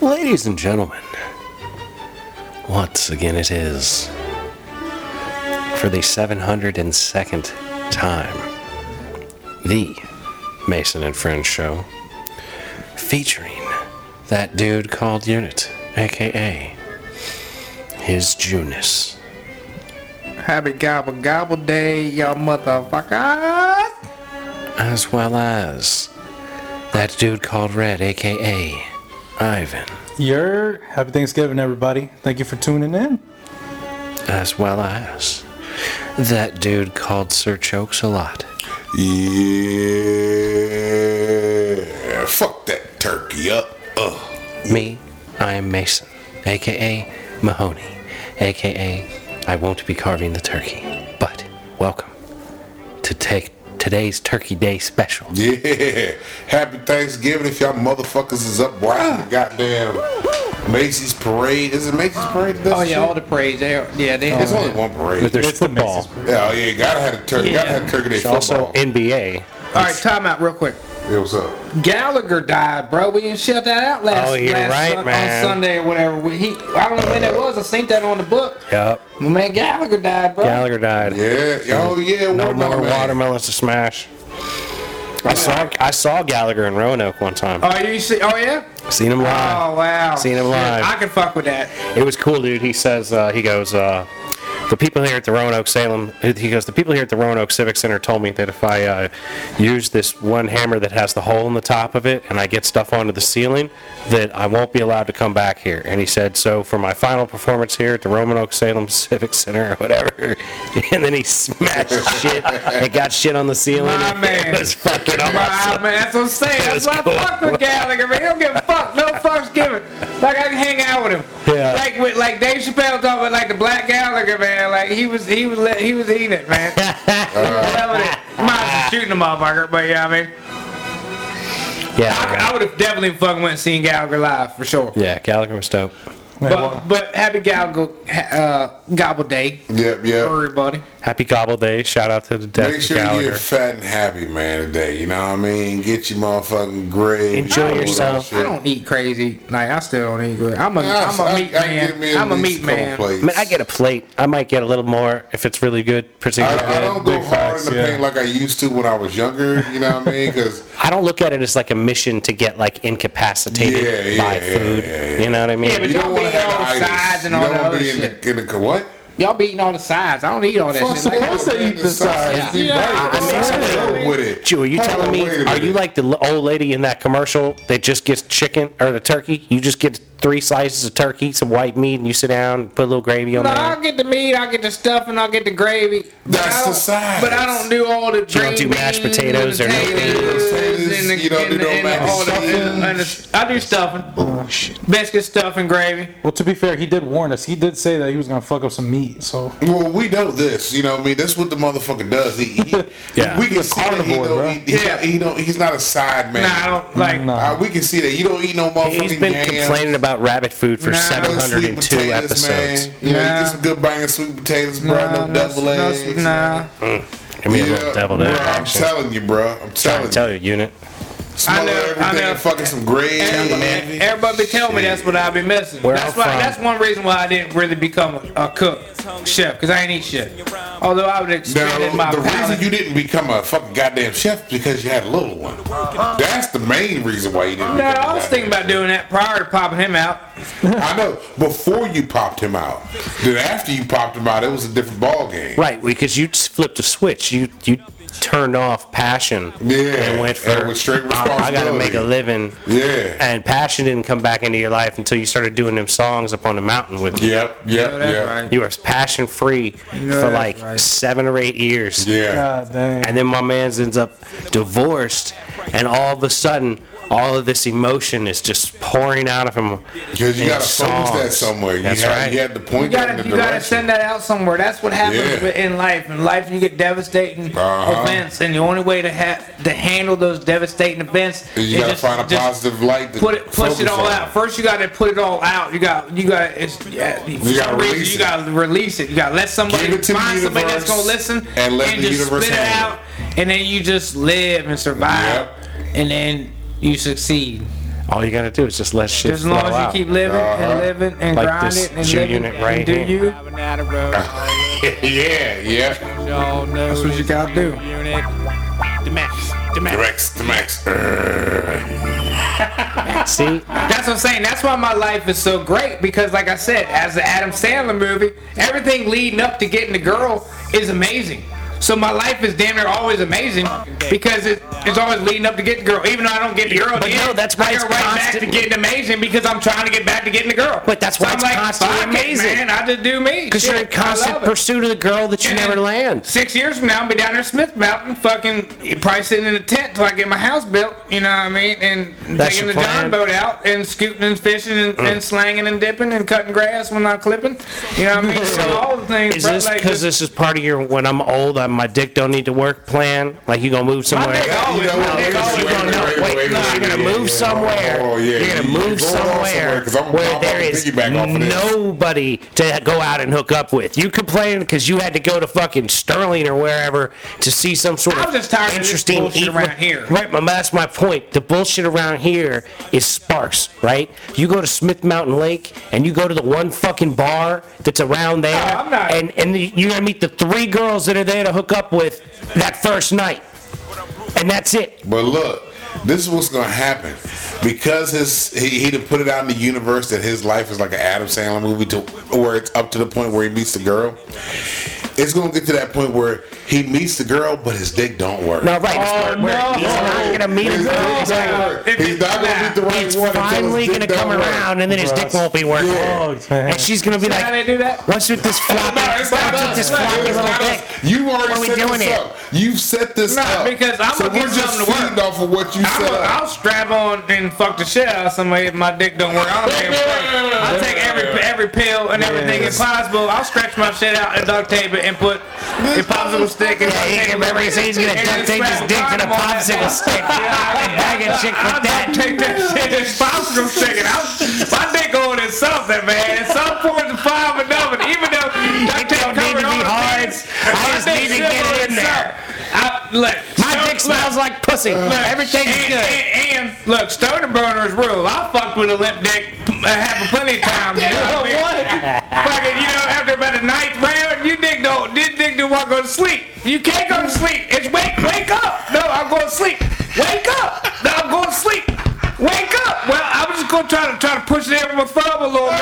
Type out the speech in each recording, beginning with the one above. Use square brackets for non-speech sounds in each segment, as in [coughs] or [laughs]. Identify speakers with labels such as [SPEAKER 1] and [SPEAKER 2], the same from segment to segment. [SPEAKER 1] Ladies and gentlemen, once again it is for the 702nd time the Mason and Friends show featuring that dude called Unit, aka his Junus.
[SPEAKER 2] Happy gobble gobble day, y'all motherfuckers!
[SPEAKER 1] as well as that dude called Red, aka Ivan,
[SPEAKER 3] Yer, happy Thanksgiving, everybody. Thank you for tuning in.
[SPEAKER 1] as well as that dude called Sir Chokes a lot.
[SPEAKER 4] Yeah. Fuck that turkey up. Ugh.
[SPEAKER 1] Me, I am Mason, aka Mahoney, aka I won't be carving the turkey, but welcome to take today's Turkey Day special.
[SPEAKER 4] Yeah. Happy Thanksgiving if y'all motherfuckers is up watching the goddamn Macy's parade. Is it Macy's parade? this
[SPEAKER 2] Oh yeah,
[SPEAKER 4] year?
[SPEAKER 2] all the parades. They, are- yeah, they.
[SPEAKER 4] It's only one
[SPEAKER 1] But
[SPEAKER 4] parade.
[SPEAKER 1] there's
[SPEAKER 3] It's the
[SPEAKER 1] football,
[SPEAKER 3] Macy's-
[SPEAKER 4] Yeah, oh, yeah, gotta have a turkey. Gotta
[SPEAKER 2] Yeah.
[SPEAKER 4] have turkey day
[SPEAKER 1] There's also
[SPEAKER 4] football.
[SPEAKER 1] NBA.
[SPEAKER 2] all right, time out real quick.
[SPEAKER 4] yeah, what's up?
[SPEAKER 2] Gallagher died, bro. We didn't shut that out last,
[SPEAKER 1] Oh, you're
[SPEAKER 2] last
[SPEAKER 1] right,
[SPEAKER 2] Sun-
[SPEAKER 1] man.
[SPEAKER 2] on Sunday or whatever. We, he, I don't know when that was. I seen that on the book.
[SPEAKER 1] Yep,
[SPEAKER 2] My man Gallagher died, bro.
[SPEAKER 1] Gallagher died.
[SPEAKER 4] Yeah. Oh yeah.
[SPEAKER 1] No
[SPEAKER 4] watermelon
[SPEAKER 1] more
[SPEAKER 4] man.
[SPEAKER 1] watermelons to smash. I saw I saw Gallagher in Roanoke one time.
[SPEAKER 2] Oh, you see? Oh yeah.
[SPEAKER 1] Seen him live.
[SPEAKER 2] Oh wow.
[SPEAKER 1] Uh, Seen him
[SPEAKER 2] Shit,
[SPEAKER 1] live.
[SPEAKER 2] I can fuck with that.
[SPEAKER 1] It was cool, dude. He says uh, he goes. Uh, the people here at the Roanoke Salem, he goes. The people here at the Roanoke Civic Center told me that if I uh, use this one hammer that has the hole in the top of it and I get stuff onto the ceiling, that I won't be allowed to come back here. And he said, so for my final performance here at the Roanoke Salem [laughs] Civic Center or whatever, [laughs] and then he smashed shit and got shit on the ceiling. [laughs]
[SPEAKER 2] My man.
[SPEAKER 1] It was fucking
[SPEAKER 2] Wow,
[SPEAKER 1] awesome.
[SPEAKER 2] man, that's what I'm saying. That's why I fuck with Gallagher, man. He don't give a fuck. No fucks given. Like I can hang out with him.
[SPEAKER 1] Yeah.
[SPEAKER 2] Like with like Dave Chappelle talking about like the black Gallagher, man. Like he was he was let- he was eating it, man. He was loving it. Might as well shooting the motherfucker, but yeah, I mean, I,
[SPEAKER 1] Yeah,
[SPEAKER 2] I would have definitely fucking went and seen Gallagher live for sure.
[SPEAKER 1] yeah. Gallagher was dope.
[SPEAKER 3] Man, well,
[SPEAKER 2] But but happy Gallagher uh, gobble day,
[SPEAKER 4] Yep. Yep.
[SPEAKER 2] everybody.
[SPEAKER 1] Happy Gobble Day. Shout out to the death
[SPEAKER 4] Make sure
[SPEAKER 1] of
[SPEAKER 4] you
[SPEAKER 1] Gallagher.
[SPEAKER 4] get fat and happy, man, today. You know what I mean? Get your motherfucking grade.
[SPEAKER 1] Enjoy yourself.
[SPEAKER 2] I don't eat crazy. Like I still don't eat good. I'm a am a meat man. I'm a meat man.
[SPEAKER 1] I mean, I get a plate. I might get a little more if it's really good, particularly
[SPEAKER 4] I, I
[SPEAKER 1] good.
[SPEAKER 4] don't go
[SPEAKER 3] big
[SPEAKER 4] hard
[SPEAKER 3] facts,
[SPEAKER 4] in the
[SPEAKER 3] yeah.
[SPEAKER 4] paint like I used to when I was younger. You know what I mean? Because
[SPEAKER 1] I don't look at it as like a mission to get like incapacitated
[SPEAKER 4] Yeah, yeah,
[SPEAKER 1] by
[SPEAKER 4] yeah,
[SPEAKER 1] food.
[SPEAKER 4] yeah, yeah.
[SPEAKER 1] You know what I mean?
[SPEAKER 2] Yeah, [laughs] but
[SPEAKER 4] you
[SPEAKER 2] Y'all
[SPEAKER 4] don't want to
[SPEAKER 2] be
[SPEAKER 4] have
[SPEAKER 2] on
[SPEAKER 4] itis.
[SPEAKER 2] sides and
[SPEAKER 4] you
[SPEAKER 2] all
[SPEAKER 4] don't
[SPEAKER 2] that
[SPEAKER 4] wanna
[SPEAKER 2] other
[SPEAKER 4] be in
[SPEAKER 2] shit.
[SPEAKER 4] the, in the what?
[SPEAKER 2] Y'all be eating all the sides. I don't eat all that
[SPEAKER 3] I'm
[SPEAKER 2] shit. Like,
[SPEAKER 3] supposed to eat the
[SPEAKER 4] sides.
[SPEAKER 3] sides.
[SPEAKER 4] You
[SPEAKER 2] Yeah.
[SPEAKER 4] right.
[SPEAKER 2] I- I
[SPEAKER 4] What's
[SPEAKER 1] mean,
[SPEAKER 4] up
[SPEAKER 2] somebody-
[SPEAKER 4] with it?
[SPEAKER 1] Jew, are you
[SPEAKER 4] Hold
[SPEAKER 1] telling
[SPEAKER 4] on,
[SPEAKER 1] me?
[SPEAKER 4] wait a
[SPEAKER 1] Are you
[SPEAKER 4] minute.
[SPEAKER 1] like the l- old lady in that commercial that just gets chicken or the turkey? You just get three slices of turkey, some white meat, and you sit down and put a little gravy on
[SPEAKER 2] No,
[SPEAKER 1] there.
[SPEAKER 2] I'll get the meat, I'll get the stuffing, I'll get the gravy. But
[SPEAKER 4] That's
[SPEAKER 2] I
[SPEAKER 4] the
[SPEAKER 2] don't-
[SPEAKER 4] sides.
[SPEAKER 2] But I don't do all the green
[SPEAKER 1] don't do mashed
[SPEAKER 2] beans and
[SPEAKER 1] potatoes or no
[SPEAKER 2] potatoes
[SPEAKER 4] beans?
[SPEAKER 2] and the-
[SPEAKER 4] You don't do
[SPEAKER 2] and the-
[SPEAKER 4] no
[SPEAKER 2] and the-
[SPEAKER 4] mashed
[SPEAKER 2] all the-
[SPEAKER 4] stuffing?
[SPEAKER 2] and the- I do stuffing. Oh, shit. Biscuit stuffing, gravy.
[SPEAKER 3] well, to be fair, he did warn us. He did say that he was gonna fuck up some meat. So
[SPEAKER 4] Well, we know this. You know what I mean? That's what the motherfucker does.
[SPEAKER 1] [laughs]
[SPEAKER 4] He, he
[SPEAKER 1] Yeah.
[SPEAKER 4] We can see that he
[SPEAKER 3] carnivore, bro.
[SPEAKER 4] don't eat. He,
[SPEAKER 2] Yeah.
[SPEAKER 4] he don't, he's not a side man.
[SPEAKER 2] Nah, I don't like.
[SPEAKER 3] Nah.
[SPEAKER 4] Uh, we can see that. You don't eat no motherfucking
[SPEAKER 1] He's been
[SPEAKER 4] yams.
[SPEAKER 1] complaining about rabbit food for
[SPEAKER 2] No, it's sweet
[SPEAKER 4] No
[SPEAKER 1] 702
[SPEAKER 4] sweet potatoes,
[SPEAKER 1] episodes.
[SPEAKER 4] Man. You know, you
[SPEAKER 2] Nah.
[SPEAKER 4] get some good banging sweet potatoes, bro.
[SPEAKER 2] Nah,
[SPEAKER 4] no, double
[SPEAKER 2] no,
[SPEAKER 4] eggs.
[SPEAKER 2] nah.
[SPEAKER 1] Give me a little deviled egg
[SPEAKER 4] bro, I'm
[SPEAKER 1] action.
[SPEAKER 4] telling you, bro. I'm
[SPEAKER 1] I
[SPEAKER 4] telling you.
[SPEAKER 1] tell you, unit.
[SPEAKER 4] Smother
[SPEAKER 2] I know, I
[SPEAKER 4] everything
[SPEAKER 2] know.
[SPEAKER 4] and fucking some gravy.
[SPEAKER 2] Everybody, everybody be telling me that's what I've been missing.
[SPEAKER 1] Where
[SPEAKER 2] that's
[SPEAKER 1] I'm
[SPEAKER 2] why.
[SPEAKER 1] from.
[SPEAKER 2] That's one reason why I didn't really become a, a cook, chef, because I ain't eat shit. Although I would expand my
[SPEAKER 4] Now, the
[SPEAKER 2] palate.
[SPEAKER 4] reason you didn't become a fucking goddamn chef because you had a little one. That's the main reason why you didn't.
[SPEAKER 2] No,
[SPEAKER 4] become a
[SPEAKER 2] I was
[SPEAKER 4] goddamn
[SPEAKER 2] thinking about
[SPEAKER 4] chef.
[SPEAKER 2] doing that prior to popping him out.
[SPEAKER 4] I know before you popped him out. Then after you popped him out, it was a different ball game.
[SPEAKER 1] Right, because you just flipped a switch. You you turned off passion
[SPEAKER 4] Yeah,
[SPEAKER 1] and went for "Oh,
[SPEAKER 4] and with straight
[SPEAKER 1] I, I gotta
[SPEAKER 4] responsibility.
[SPEAKER 1] make a living.
[SPEAKER 4] Yeah.
[SPEAKER 1] And passion didn't come back into your life until you started doing them songs up on the mountain with me.
[SPEAKER 4] Yep. Yep.
[SPEAKER 2] No, that's
[SPEAKER 4] yep.
[SPEAKER 2] right.
[SPEAKER 1] You were passion free
[SPEAKER 2] know
[SPEAKER 1] for
[SPEAKER 2] that's
[SPEAKER 1] like
[SPEAKER 2] right.
[SPEAKER 1] seven or eight years.
[SPEAKER 4] Yeah.
[SPEAKER 3] god dang.
[SPEAKER 1] And then my man's ends up divorced and all of a sudden all of this emotion is just pouring out of him.
[SPEAKER 4] Because you
[SPEAKER 1] in
[SPEAKER 4] got to focus that
[SPEAKER 1] songs.
[SPEAKER 4] somewhere. You
[SPEAKER 1] That's
[SPEAKER 4] had,
[SPEAKER 1] right.
[SPEAKER 4] You had to
[SPEAKER 2] You
[SPEAKER 4] point that in
[SPEAKER 2] gotta,
[SPEAKER 4] the
[SPEAKER 2] you gotta
[SPEAKER 4] direction.
[SPEAKER 2] send that out somewhere. That's what happens
[SPEAKER 4] Yeah.
[SPEAKER 2] in life. In life, you get devastating
[SPEAKER 4] Uh-huh.
[SPEAKER 2] events, and the only way to have to handle those devastating events
[SPEAKER 4] You gotta find a positive light to
[SPEAKER 2] Put it, push
[SPEAKER 4] focus
[SPEAKER 2] it all
[SPEAKER 4] on.
[SPEAKER 2] out. First, you gotta put it all out. You got, you got, it's, yeah, you
[SPEAKER 4] gotta release
[SPEAKER 2] you
[SPEAKER 4] it.
[SPEAKER 2] gotta release it. You gotta let somebody
[SPEAKER 4] Give it to the
[SPEAKER 2] find somebody
[SPEAKER 4] universe
[SPEAKER 2] that's gonna listen
[SPEAKER 4] and let the
[SPEAKER 2] just
[SPEAKER 4] universe
[SPEAKER 2] spit it
[SPEAKER 4] handle
[SPEAKER 2] out, and then you just live and survive,
[SPEAKER 4] Yep.
[SPEAKER 2] and then you succeed.
[SPEAKER 1] All you gotta do is just let shit
[SPEAKER 2] As long
[SPEAKER 1] flow
[SPEAKER 2] as you
[SPEAKER 1] out.
[SPEAKER 2] keep living
[SPEAKER 4] Uh-huh.
[SPEAKER 2] and living and
[SPEAKER 1] Like
[SPEAKER 2] grind
[SPEAKER 1] this
[SPEAKER 2] it and
[SPEAKER 1] Jew
[SPEAKER 2] living
[SPEAKER 1] unit right
[SPEAKER 2] and do
[SPEAKER 1] here. Uh-huh.
[SPEAKER 2] you,
[SPEAKER 4] yeah, yeah.
[SPEAKER 2] that's what you gotta do.
[SPEAKER 4] Max, the max.
[SPEAKER 1] See?
[SPEAKER 2] That's what I'm saying. That's why my life is so great because, like I said, as the Adam Sandler movie, everything leading up to getting the girl is amazing. So my life is damn near always amazing because it, it's always leading up to get the girl. Even though I don't get the girl, at
[SPEAKER 1] But
[SPEAKER 2] the
[SPEAKER 1] no,
[SPEAKER 2] end,
[SPEAKER 1] that's why
[SPEAKER 2] I
[SPEAKER 1] it's
[SPEAKER 2] get right back to
[SPEAKER 1] constant-
[SPEAKER 2] getting amazing because I'm trying to get back to getting the girl.
[SPEAKER 1] But that's why
[SPEAKER 2] so
[SPEAKER 1] it's
[SPEAKER 2] I'm like,
[SPEAKER 1] constantly
[SPEAKER 2] fuck it,
[SPEAKER 1] amazing.
[SPEAKER 2] man, I just do me.
[SPEAKER 1] Because you're in
[SPEAKER 2] Shit, I
[SPEAKER 1] constant
[SPEAKER 2] love it.
[SPEAKER 1] pursuit of the girl that you
[SPEAKER 2] And [clears throat]
[SPEAKER 1] never
[SPEAKER 2] then
[SPEAKER 1] land.
[SPEAKER 2] Six years from now, I'll be down there in Smith Mountain, fucking probably sitting in a tent till I get my house built. You know what I mean? And
[SPEAKER 1] That's
[SPEAKER 2] taking
[SPEAKER 1] your
[SPEAKER 2] the John
[SPEAKER 1] plan? Uh.
[SPEAKER 2] boat out and scooting and fishing and, and slanging and dipping and cutting grass when I'm clipping. You know what I
[SPEAKER 1] [laughs]
[SPEAKER 2] mean? so all the things.
[SPEAKER 1] Is
[SPEAKER 2] bro,
[SPEAKER 1] this
[SPEAKER 2] like,
[SPEAKER 1] because this is part of your when I'm old, I, my dick don't need to work plan? Like you gonna move somewhere?
[SPEAKER 2] dick always-
[SPEAKER 4] You know
[SPEAKER 2] my
[SPEAKER 4] what? Wait,
[SPEAKER 2] dick always-
[SPEAKER 1] You're gonna, no,
[SPEAKER 4] wait,
[SPEAKER 1] wait,
[SPEAKER 4] wait,
[SPEAKER 1] no,
[SPEAKER 4] wait,
[SPEAKER 1] you're gonna
[SPEAKER 4] yeah,
[SPEAKER 1] move
[SPEAKER 4] yeah.
[SPEAKER 1] somewhere.
[SPEAKER 4] Oh, yeah.
[SPEAKER 1] You're gonna
[SPEAKER 4] You
[SPEAKER 1] move
[SPEAKER 4] going on somewhere,
[SPEAKER 1] somewhere
[SPEAKER 4] 'cause I'm gonna
[SPEAKER 1] where
[SPEAKER 4] pop off
[SPEAKER 1] there
[SPEAKER 4] and
[SPEAKER 1] is
[SPEAKER 4] piggyback off of this.
[SPEAKER 1] nobody to go out and hook up with. You complaining because you had to go to fucking Sterling or wherever to see some sort
[SPEAKER 2] I'm
[SPEAKER 1] of
[SPEAKER 2] just tired of this
[SPEAKER 1] interesting
[SPEAKER 2] bullshit
[SPEAKER 1] eat-
[SPEAKER 2] around here.
[SPEAKER 1] Right, my that's my point. The bullshit around here is sparse, right? You go to Smith Mountain Lake and you go to the one fucking bar that's around there,
[SPEAKER 2] No, I'm not-
[SPEAKER 1] and and the, you're gonna meet the three girls that are there to hook up with that first night, and that's it.
[SPEAKER 4] But look, this is what's gonna happen because his he he done put it out in the universe that his life is like an Adam Sandler movie to where it's up to the point where he meets the girl. It's gonna get to that point where he meets the girl, but his dick don't work.
[SPEAKER 1] No, right. it's
[SPEAKER 2] no.
[SPEAKER 1] where He's not gonna meet
[SPEAKER 4] His
[SPEAKER 1] his
[SPEAKER 4] dick
[SPEAKER 1] girl.
[SPEAKER 4] don't work.
[SPEAKER 2] If
[SPEAKER 4] He's
[SPEAKER 2] it's
[SPEAKER 4] not gonna meet the right
[SPEAKER 1] It's
[SPEAKER 4] one. until his
[SPEAKER 1] finally
[SPEAKER 4] dick
[SPEAKER 1] gonna come
[SPEAKER 4] don't work.
[SPEAKER 1] around, and then his dick won't be working.
[SPEAKER 3] [laughs] Fucked, man.
[SPEAKER 1] And she's gonna be
[SPEAKER 2] how they
[SPEAKER 1] like,
[SPEAKER 2] do that?
[SPEAKER 1] "What's with this floppy?
[SPEAKER 2] No, it's not
[SPEAKER 1] What's with
[SPEAKER 2] us.
[SPEAKER 1] this
[SPEAKER 2] No,
[SPEAKER 1] floppy
[SPEAKER 2] it's
[SPEAKER 1] little
[SPEAKER 2] not us.
[SPEAKER 1] dick?"
[SPEAKER 4] You
[SPEAKER 1] What are
[SPEAKER 4] already
[SPEAKER 1] we
[SPEAKER 4] set
[SPEAKER 1] doing
[SPEAKER 4] this
[SPEAKER 1] here?
[SPEAKER 4] up. You've set this
[SPEAKER 2] No,
[SPEAKER 4] up.
[SPEAKER 2] because I'm
[SPEAKER 4] so
[SPEAKER 2] gonna
[SPEAKER 4] we're
[SPEAKER 2] get
[SPEAKER 4] just
[SPEAKER 2] something to work.
[SPEAKER 4] feeding off of what you
[SPEAKER 2] I'm
[SPEAKER 4] set
[SPEAKER 2] a,
[SPEAKER 4] up.
[SPEAKER 2] I'll strap on and fuck the shit out of somebody if my dick don't work. I don't care. I'll take every every pill and everything
[SPEAKER 3] Yeah.
[SPEAKER 2] impossible. I'll stretch my shit out and duct tape it and put impossible stick and
[SPEAKER 1] Yeah, he can remember he said he's gonna duct tape his dick to the popsicle stick. Bag and chick with
[SPEAKER 2] I'll
[SPEAKER 1] that.
[SPEAKER 2] take that shit and popsicle stick and I'll, my dick going in something, man. It's some form of five and nothing. Even though duct
[SPEAKER 1] It
[SPEAKER 2] tape
[SPEAKER 1] don't need to be
[SPEAKER 2] covered all the
[SPEAKER 1] hard.
[SPEAKER 2] things,
[SPEAKER 1] I
[SPEAKER 2] my
[SPEAKER 1] just
[SPEAKER 2] dick
[SPEAKER 1] need to
[SPEAKER 2] still
[SPEAKER 1] get it
[SPEAKER 2] going
[SPEAKER 1] in there.
[SPEAKER 2] something. I, look,
[SPEAKER 1] My
[SPEAKER 2] so-
[SPEAKER 1] dick smells like pussy.
[SPEAKER 2] Uh,
[SPEAKER 1] Everything's
[SPEAKER 2] and,
[SPEAKER 1] good.
[SPEAKER 2] And, and look, stoner burners rule. I fucked with a limp dick uh, happened plenty of times. You
[SPEAKER 1] [laughs]
[SPEAKER 2] know what? I mean? Fucking, you know, after about the ninth round, you dick don't, this dick do want to go to sleep. You can't go to sleep. It's wake, wake up. No, I'm going to sleep. Wake up. No, I'm going to sleep. Wake up. Well, I'm just gonna try to try to push it in with my thumb a little bit.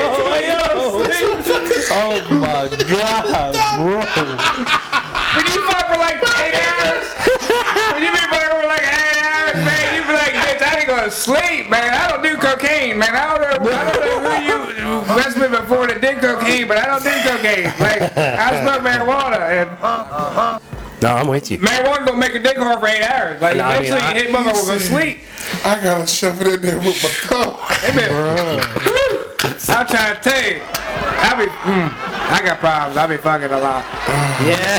[SPEAKER 2] Oh,
[SPEAKER 3] Oh my god, bro.
[SPEAKER 2] When you fuck for like eight hours, when you be fucking for like eight hours, man, you be like, bitch, I ain't gonna sleep, man. I don't do cocaine, man. I don't know, I don't know who you messed with before that did cocaine, but I don't do cocaine. Like, I smoke marijuana, and
[SPEAKER 1] No, I'm with you.
[SPEAKER 2] marijuana don't make a dick hard for eight hours. Like,
[SPEAKER 1] No, I mean,
[SPEAKER 2] eventually,
[SPEAKER 1] I-
[SPEAKER 2] it motherfucker gonna sleep.
[SPEAKER 4] I gotta shove it in there with my
[SPEAKER 2] Hey, [laughs]
[SPEAKER 4] cum.
[SPEAKER 2] man. I'm trying to tell you. I be, mm, I got problems. I be fucking a lot.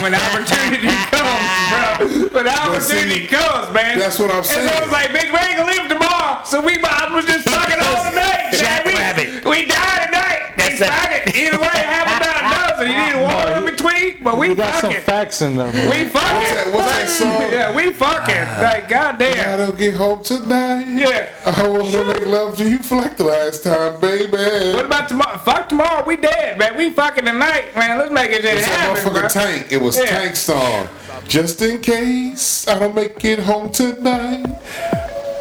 [SPEAKER 2] When opportunity comes, bro. When opportunity
[SPEAKER 4] see,
[SPEAKER 2] comes, man.
[SPEAKER 4] that's what I'm
[SPEAKER 2] And so I
[SPEAKER 4] saying.
[SPEAKER 2] was like, bitch, we ain't gonna leave tomorrow. So we might was just fucking all tonight, man.
[SPEAKER 1] Jackrabbit.
[SPEAKER 2] We, we die tonight. They
[SPEAKER 1] That's it.
[SPEAKER 2] fuck it. Either way, have about a dozen. You need a water in between, but we
[SPEAKER 3] You got some
[SPEAKER 2] fucking.
[SPEAKER 3] facts in there, bro.
[SPEAKER 2] We fucking.
[SPEAKER 4] that- what's that song?
[SPEAKER 2] Yeah, we fucking.
[SPEAKER 4] I
[SPEAKER 2] Like, goddamn.
[SPEAKER 4] don't get home tonight.
[SPEAKER 2] Yeah.
[SPEAKER 4] I want to make love to you for like the last time, baby.
[SPEAKER 2] What about tomorrow? Fuck tomorrow. We dead, man. We fucking tonight, man. Let's make it
[SPEAKER 4] It's
[SPEAKER 2] just
[SPEAKER 4] that
[SPEAKER 2] happen, bro.
[SPEAKER 4] motherfucking Tank. It was
[SPEAKER 2] Yeah.
[SPEAKER 4] Tank song. Just in case I don't make it home tonight.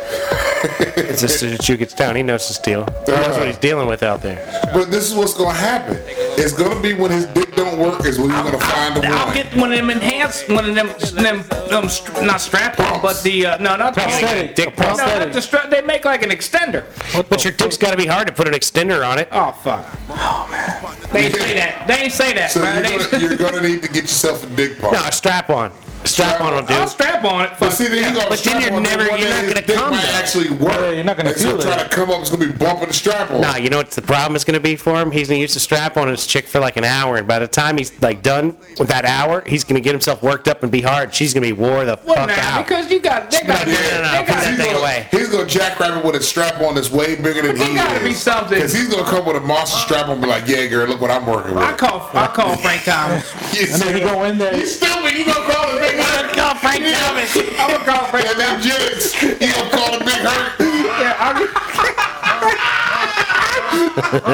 [SPEAKER 1] It's just that you gets down. He knows his deal. He knows what he's dealing with out there.
[SPEAKER 4] But this is what's gonna happen. It's gonna be when his dick don't work is when you're gonna find a
[SPEAKER 2] I'll
[SPEAKER 4] woman.
[SPEAKER 2] get one of them enhanced, one of them, them, them str- not strap on, but the uh, no, not the
[SPEAKER 3] Prosthetic.
[SPEAKER 1] Dick
[SPEAKER 3] A
[SPEAKER 1] pump.
[SPEAKER 2] No, not
[SPEAKER 3] prosthetic.
[SPEAKER 2] the strap. They make like an extender.
[SPEAKER 1] But your dick's got to be hard to put an extender on it.
[SPEAKER 2] Oh fuck. Oh man. They ain't say that. They ain't say that,
[SPEAKER 4] So
[SPEAKER 2] man.
[SPEAKER 4] you're
[SPEAKER 2] They,
[SPEAKER 4] gonna, you're gonna need to get yourself a dick
[SPEAKER 1] No, a
[SPEAKER 4] part.
[SPEAKER 1] strap on. Strap on will do.
[SPEAKER 2] [laughs] I'll strap on it.
[SPEAKER 4] But
[SPEAKER 2] Fuck.
[SPEAKER 4] see, then you gonna
[SPEAKER 1] But then
[SPEAKER 4] strap
[SPEAKER 1] you're
[SPEAKER 4] on
[SPEAKER 1] never-
[SPEAKER 4] one
[SPEAKER 1] you're not
[SPEAKER 4] that his
[SPEAKER 1] gonna
[SPEAKER 4] dick
[SPEAKER 1] come
[SPEAKER 4] might
[SPEAKER 1] though.
[SPEAKER 4] actually work.
[SPEAKER 3] Yeah, you're not gonna
[SPEAKER 4] It's gonna
[SPEAKER 3] feel
[SPEAKER 4] try
[SPEAKER 3] it.
[SPEAKER 4] to come up. It's gonna be bumping the strap on.
[SPEAKER 1] Nah, you know what the problem is going to be for him? He's going to use the strap on his chick for like an hour, and by the time he's like done with that hour, he's going to get himself worked up and be hard. She's going to be wore the
[SPEAKER 2] Well,
[SPEAKER 1] fuck
[SPEAKER 2] now,
[SPEAKER 1] out.
[SPEAKER 2] because you got they got
[SPEAKER 1] No, no, no, no,
[SPEAKER 2] they
[SPEAKER 1] put that
[SPEAKER 2] got
[SPEAKER 1] thing
[SPEAKER 4] gonna,
[SPEAKER 1] away.
[SPEAKER 4] He's gonna jackrabbit with a strap on that's way bigger than
[SPEAKER 2] There
[SPEAKER 4] he
[SPEAKER 2] gotta be
[SPEAKER 4] is.
[SPEAKER 2] something.
[SPEAKER 4] Cause he's gonna come with a monster strap on, and be like, "Yeah, girl, look what I'm working with."
[SPEAKER 2] I call I call Frank Thomas.
[SPEAKER 3] And then you go in there.
[SPEAKER 4] You stupid. You gonna call the big hurt?
[SPEAKER 2] Call [laughs] Frank Thomas. I'm gonna call Frank.
[SPEAKER 4] Yeah, them jigs. You gonna call the big hurt?
[SPEAKER 2] Yeah, I'm. You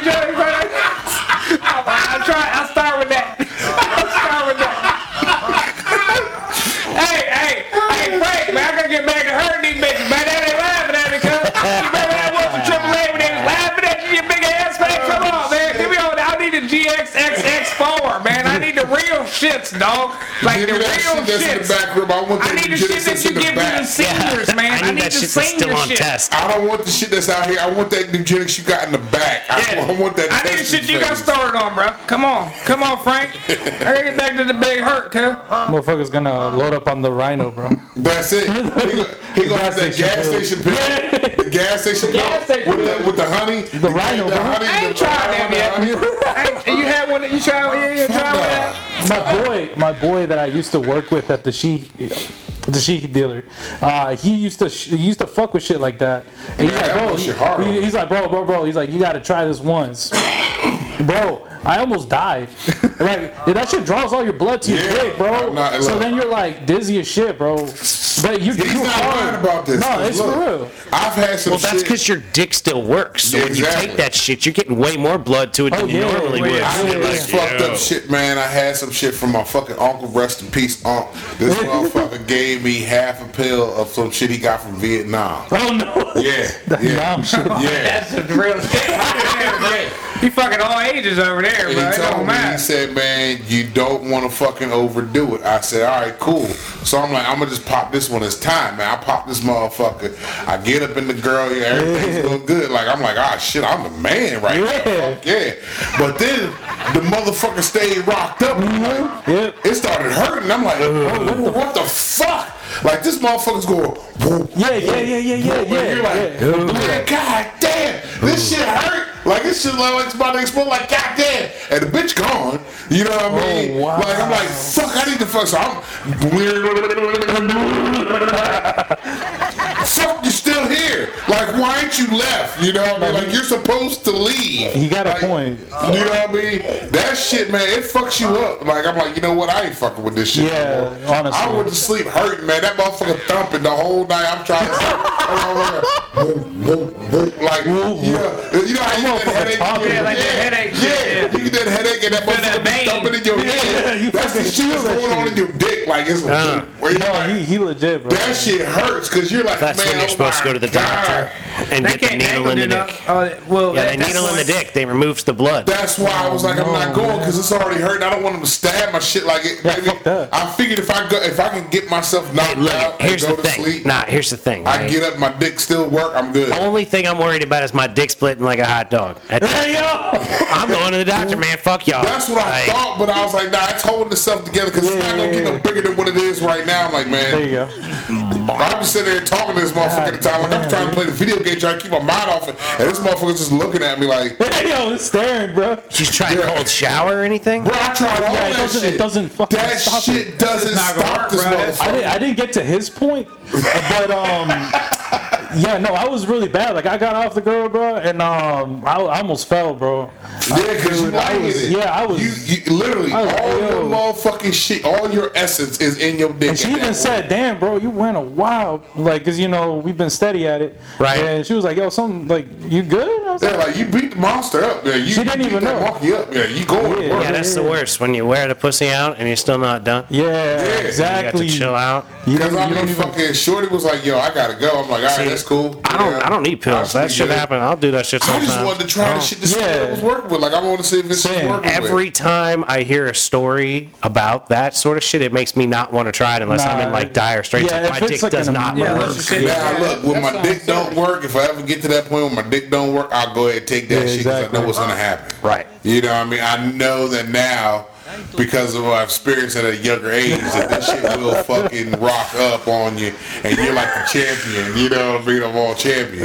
[SPEAKER 2] joking, bro? I try. I start with that. I start with that. hey, hey, hey, Frank, man! I gotta get back to hurting these bitches, man. They ain't laughing at me, cuz. You remember that one from AAA when they was laughing at you, you big ass man? Come on, man. Give me all. I need a GXXX4, man. I need the real shits, dog. Like
[SPEAKER 4] Give
[SPEAKER 2] the
[SPEAKER 4] me that shit
[SPEAKER 2] real
[SPEAKER 4] that's in the
[SPEAKER 2] shits.
[SPEAKER 4] back room. I want
[SPEAKER 2] I
[SPEAKER 4] that
[SPEAKER 2] need the
[SPEAKER 4] shit
[SPEAKER 2] shit that
[SPEAKER 4] that's
[SPEAKER 2] you
[SPEAKER 4] in the
[SPEAKER 2] give to
[SPEAKER 4] back.
[SPEAKER 2] the seniors, man.
[SPEAKER 5] [laughs] I need that
[SPEAKER 2] the
[SPEAKER 5] shit that's still
[SPEAKER 2] senior
[SPEAKER 5] on
[SPEAKER 2] shit.
[SPEAKER 5] test.
[SPEAKER 4] I don't want the shit that's out here. I want that eugenics you got in the back. I,
[SPEAKER 2] Yeah.
[SPEAKER 4] want, I want that.
[SPEAKER 2] I need the
[SPEAKER 4] testing
[SPEAKER 2] shit you got
[SPEAKER 4] phase.
[SPEAKER 2] started on, bro. Come on. Come on, Frank. I gotta get back to the big hurt, too.
[SPEAKER 3] Motherfucker's gonna load up on the rhino, bro.
[SPEAKER 4] That's it. He gonna, he gonna have that gas station pill. The gas station pill
[SPEAKER 2] Gas station
[SPEAKER 4] with the, with the honey. The
[SPEAKER 3] rhino,
[SPEAKER 4] The
[SPEAKER 3] bro.
[SPEAKER 4] honey.
[SPEAKER 2] I ain't tried them yet. Hey, you had one that you tried? Yeah, yeah, try one out.
[SPEAKER 3] my boy, my boy that I used to work with at the she, the she dealer, uh, he used to sh- he used to fuck with shit like that. And he's
[SPEAKER 4] Yeah, that bullshit
[SPEAKER 3] like,
[SPEAKER 4] hard
[SPEAKER 3] bro, he-
[SPEAKER 4] on
[SPEAKER 3] he-
[SPEAKER 4] him.
[SPEAKER 3] he's like, bro, bro, bro. He's like, you gotta try this once, [coughs] bro. I almost died.
[SPEAKER 4] [laughs]
[SPEAKER 3] Like yeah, that shit draws all your blood to your
[SPEAKER 4] Yeah,
[SPEAKER 3] dick, bro.
[SPEAKER 4] I'm not-
[SPEAKER 3] so
[SPEAKER 4] look.
[SPEAKER 3] then you're like dizzy as shit, bro. But you,
[SPEAKER 4] He's
[SPEAKER 3] you
[SPEAKER 4] not
[SPEAKER 3] hard.
[SPEAKER 4] lying about this.
[SPEAKER 3] No, it's
[SPEAKER 4] Look,
[SPEAKER 3] for real.
[SPEAKER 4] I've had some
[SPEAKER 5] Well, that's
[SPEAKER 4] shit.
[SPEAKER 5] because your dick still works. So
[SPEAKER 4] Yeah,
[SPEAKER 5] when
[SPEAKER 4] exactly.
[SPEAKER 5] you take that shit, you're getting way more blood to it
[SPEAKER 3] Oh,
[SPEAKER 5] than you
[SPEAKER 3] yeah.
[SPEAKER 5] normally
[SPEAKER 3] Wait,
[SPEAKER 5] would.
[SPEAKER 4] I
[SPEAKER 5] You're
[SPEAKER 4] had
[SPEAKER 5] like,
[SPEAKER 4] this fucked
[SPEAKER 5] yo.
[SPEAKER 4] up shit, man. I had some shit from my fucking uncle, rest in peace, uncle. This motherfucker gave me half a pill of some shit he got from Vietnam.
[SPEAKER 3] Oh no.
[SPEAKER 4] Yeah,
[SPEAKER 3] [laughs] Nah,
[SPEAKER 4] yeah, [laughs]
[SPEAKER 3] I'm shit.
[SPEAKER 4] yeah.
[SPEAKER 2] That's the real shit. You fucking all ages over there,
[SPEAKER 4] And
[SPEAKER 2] bro.
[SPEAKER 4] he
[SPEAKER 2] It
[SPEAKER 4] told
[SPEAKER 2] don't
[SPEAKER 4] me, he
[SPEAKER 2] matter.
[SPEAKER 4] said, man, you don't want to fucking overdo it. I said, all right, cool. So I'm like, I'm gonna just pop this one. It's time, man. I pop this motherfucker. I get up in the girl, yeah, everything's going good. Like I'm like, ah, shit, I'm the man right
[SPEAKER 3] Yeah.
[SPEAKER 4] now. Fuck yeah. But then the motherfucker stayed rocked up.
[SPEAKER 3] Yep.
[SPEAKER 4] It started hurting. I'm like, "Bro, what,
[SPEAKER 2] Uh-huh.
[SPEAKER 4] the, what the fuck? Like this motherfucker's going. whoop,
[SPEAKER 3] Yeah, yeah, yeah, yeah, yeah,
[SPEAKER 4] whoop, and
[SPEAKER 3] yeah.
[SPEAKER 4] you're like,
[SPEAKER 3] yeah.
[SPEAKER 4] man, god damn, this shit hurt. Like this shit like it's about to explode. Like god damn, and the bitch gone. You know what I mean?
[SPEAKER 3] Oh, wow.
[SPEAKER 4] Like I'm like, fuck, I need to fuck. So I'm. [laughs] Fuck, you're still here. Like, why ain't you left? You know what I mean? Like, you're supposed to leave.
[SPEAKER 3] He got a
[SPEAKER 4] Like,
[SPEAKER 3] point.
[SPEAKER 4] you know what I mean? That shit, man, it fucks you up. Like I'm like, you know what? I ain't fucking with this shit.
[SPEAKER 3] Yeah,
[SPEAKER 4] no more.
[SPEAKER 3] honestly.
[SPEAKER 4] I went to sleep hurting, man. That motherfucker thumping the whole night. I'm trying to. [laughs] I'm like, boom, boom, boom. Like, yeah, you know how you get that headache?
[SPEAKER 3] thumping.
[SPEAKER 2] Yeah, like that headache
[SPEAKER 4] Yeah,
[SPEAKER 2] shit, yeah.
[SPEAKER 4] you get that headache and that
[SPEAKER 2] feel that
[SPEAKER 4] motherfucker be
[SPEAKER 2] vein.
[SPEAKER 4] thumping in your
[SPEAKER 3] Yeah,
[SPEAKER 4] head.
[SPEAKER 3] you
[SPEAKER 4] That's the
[SPEAKER 3] fucking
[SPEAKER 4] shit
[SPEAKER 3] feel
[SPEAKER 4] that's
[SPEAKER 3] that
[SPEAKER 4] going on
[SPEAKER 3] shit.
[SPEAKER 4] in your dick. Like it's.
[SPEAKER 1] Uh.
[SPEAKER 4] where you're
[SPEAKER 3] No,
[SPEAKER 4] like,
[SPEAKER 3] he, he legit, bro.
[SPEAKER 4] that shit hurts because you're like,
[SPEAKER 5] That's
[SPEAKER 4] man,
[SPEAKER 5] when you're
[SPEAKER 4] oh
[SPEAKER 5] supposed to
[SPEAKER 4] my
[SPEAKER 5] go to the
[SPEAKER 4] God.
[SPEAKER 5] doctor and
[SPEAKER 2] They
[SPEAKER 5] get the
[SPEAKER 2] can't
[SPEAKER 5] needle
[SPEAKER 2] angle
[SPEAKER 5] in the
[SPEAKER 2] it up.
[SPEAKER 5] dick.
[SPEAKER 2] Oh, well,
[SPEAKER 5] Yeah,
[SPEAKER 2] that-
[SPEAKER 5] the
[SPEAKER 2] that's
[SPEAKER 5] needle in the
[SPEAKER 2] one-
[SPEAKER 5] dick, they removes the blood.
[SPEAKER 4] That's why I was like, I'm not going because it's already hurting. I don't want him to stab my shit like it.
[SPEAKER 3] Yeah,
[SPEAKER 4] maybe-
[SPEAKER 3] fuck that.
[SPEAKER 4] I figured if I go, if I can get myself knocked
[SPEAKER 5] Hey, look,
[SPEAKER 4] out and
[SPEAKER 5] here's
[SPEAKER 4] go
[SPEAKER 5] the
[SPEAKER 4] to
[SPEAKER 5] thing.
[SPEAKER 4] sleep,
[SPEAKER 5] Nah, here's the thing.
[SPEAKER 4] I
[SPEAKER 5] right?
[SPEAKER 4] get up, my dick still work, I'm good.
[SPEAKER 3] Oh,
[SPEAKER 5] The only thing I'm worried about is my dick splitting like a hot dog. That's- I'm going to the doctor, man. Fuck y'all.
[SPEAKER 4] That's what I
[SPEAKER 5] Like,
[SPEAKER 4] thought, but I was like, nah, it's holding itself together because it's
[SPEAKER 3] Yeah,
[SPEAKER 4] not gonna get
[SPEAKER 3] yeah,
[SPEAKER 4] no
[SPEAKER 3] yeah.
[SPEAKER 4] bigger than what it is right now. I'm like,
[SPEAKER 3] There you
[SPEAKER 4] man,
[SPEAKER 5] [laughs]
[SPEAKER 3] go.
[SPEAKER 4] I'm just sitting there talking to this motherfucker at the time, like I'm trying to play the video game, trying to keep my mind off it, and this motherfucker's just looking at me like, bro,
[SPEAKER 3] Yo, it's staring, bro.
[SPEAKER 5] She's trying
[SPEAKER 4] Yeah.
[SPEAKER 5] cold shower or anything?
[SPEAKER 4] I tried all
[SPEAKER 3] Yeah, it
[SPEAKER 4] that
[SPEAKER 3] doesn't-
[SPEAKER 4] shit.
[SPEAKER 3] it doesn't fucking
[SPEAKER 4] that
[SPEAKER 3] stop
[SPEAKER 4] shit
[SPEAKER 3] it.
[SPEAKER 4] doesn't
[SPEAKER 2] It's not gonna
[SPEAKER 4] stop
[SPEAKER 2] work,
[SPEAKER 4] this
[SPEAKER 2] bro. That's-
[SPEAKER 4] motherfucker.
[SPEAKER 3] I didn't, I didn't get to his point, but um, yeah, no, I was really bad. Like I got off the girl, bro, and um, I, I almost fell, bro.
[SPEAKER 4] Yeah, because you
[SPEAKER 3] Dude, I
[SPEAKER 4] lighted
[SPEAKER 3] was-
[SPEAKER 4] it.
[SPEAKER 3] yeah, I was-
[SPEAKER 4] You, you literally
[SPEAKER 3] I was like,
[SPEAKER 4] all your
[SPEAKER 3] yo.
[SPEAKER 4] motherfucking shit, all your essence is in your dick.
[SPEAKER 3] And she
[SPEAKER 4] at that
[SPEAKER 3] even
[SPEAKER 4] point.
[SPEAKER 3] said, "Damn, bro, you went a while, like, cause you know we've been steady at it."
[SPEAKER 5] Right.
[SPEAKER 3] And she was like, "Yo, something like you good?" I was
[SPEAKER 4] "Yeah,
[SPEAKER 3] like,
[SPEAKER 4] like you beat the monster up, yeah. You
[SPEAKER 3] She didn't
[SPEAKER 4] you beat
[SPEAKER 3] even
[SPEAKER 4] that
[SPEAKER 3] know.
[SPEAKER 4] Monkey up, yeah. You going?
[SPEAKER 3] Yeah.
[SPEAKER 4] Yeah.
[SPEAKER 5] Yeah, that's the worst. When you wear the pussy out and you're still not done.
[SPEAKER 3] "Yeah,
[SPEAKER 5] You
[SPEAKER 3] exactly."
[SPEAKER 5] got to chill out.
[SPEAKER 3] You
[SPEAKER 4] Because
[SPEAKER 3] don't,
[SPEAKER 4] I
[SPEAKER 3] you
[SPEAKER 4] mean,
[SPEAKER 3] don't even.
[SPEAKER 4] fucking Shorty was like, "Yo, I gotta go." I'm like, "All right,
[SPEAKER 5] See,
[SPEAKER 4] that's cool."
[SPEAKER 5] I don't.
[SPEAKER 4] Yeah.
[SPEAKER 5] I don't need pills.
[SPEAKER 4] I
[SPEAKER 5] That
[SPEAKER 4] should
[SPEAKER 5] shit
[SPEAKER 4] be good.
[SPEAKER 5] happen. I'll do that shit
[SPEAKER 4] I
[SPEAKER 5] sometimes.
[SPEAKER 4] just wanted to try the shit to see what
[SPEAKER 3] Yeah.
[SPEAKER 4] it was working with. Like, I want to see if it's
[SPEAKER 3] Same.
[SPEAKER 4] working
[SPEAKER 5] Every
[SPEAKER 4] with.
[SPEAKER 5] time I hear a story about that sort of shit, it makes me not want to try it unless I'm in
[SPEAKER 3] Nah.
[SPEAKER 5] like dire straits.
[SPEAKER 3] Yeah,
[SPEAKER 5] Like,
[SPEAKER 3] if
[SPEAKER 5] my
[SPEAKER 3] it's
[SPEAKER 5] dick
[SPEAKER 3] like
[SPEAKER 5] does
[SPEAKER 3] an
[SPEAKER 5] not
[SPEAKER 3] emergency-
[SPEAKER 5] work.
[SPEAKER 2] That's the shit.
[SPEAKER 4] Now look, when
[SPEAKER 2] That's
[SPEAKER 4] my
[SPEAKER 2] what
[SPEAKER 4] dick
[SPEAKER 2] I'm
[SPEAKER 4] don't
[SPEAKER 2] saying.
[SPEAKER 4] work, if I ever get to that point where my dick don't work, I'll go ahead and take that
[SPEAKER 3] Yeah,
[SPEAKER 4] shit 'cause I
[SPEAKER 3] exactly.
[SPEAKER 4] know what's gonna happen.
[SPEAKER 5] Right.
[SPEAKER 4] You know what I mean? I know that now because of our experience at a younger age that this shit will fucking rock up on you, and you're like the champion. You know what I mean? Of all champions,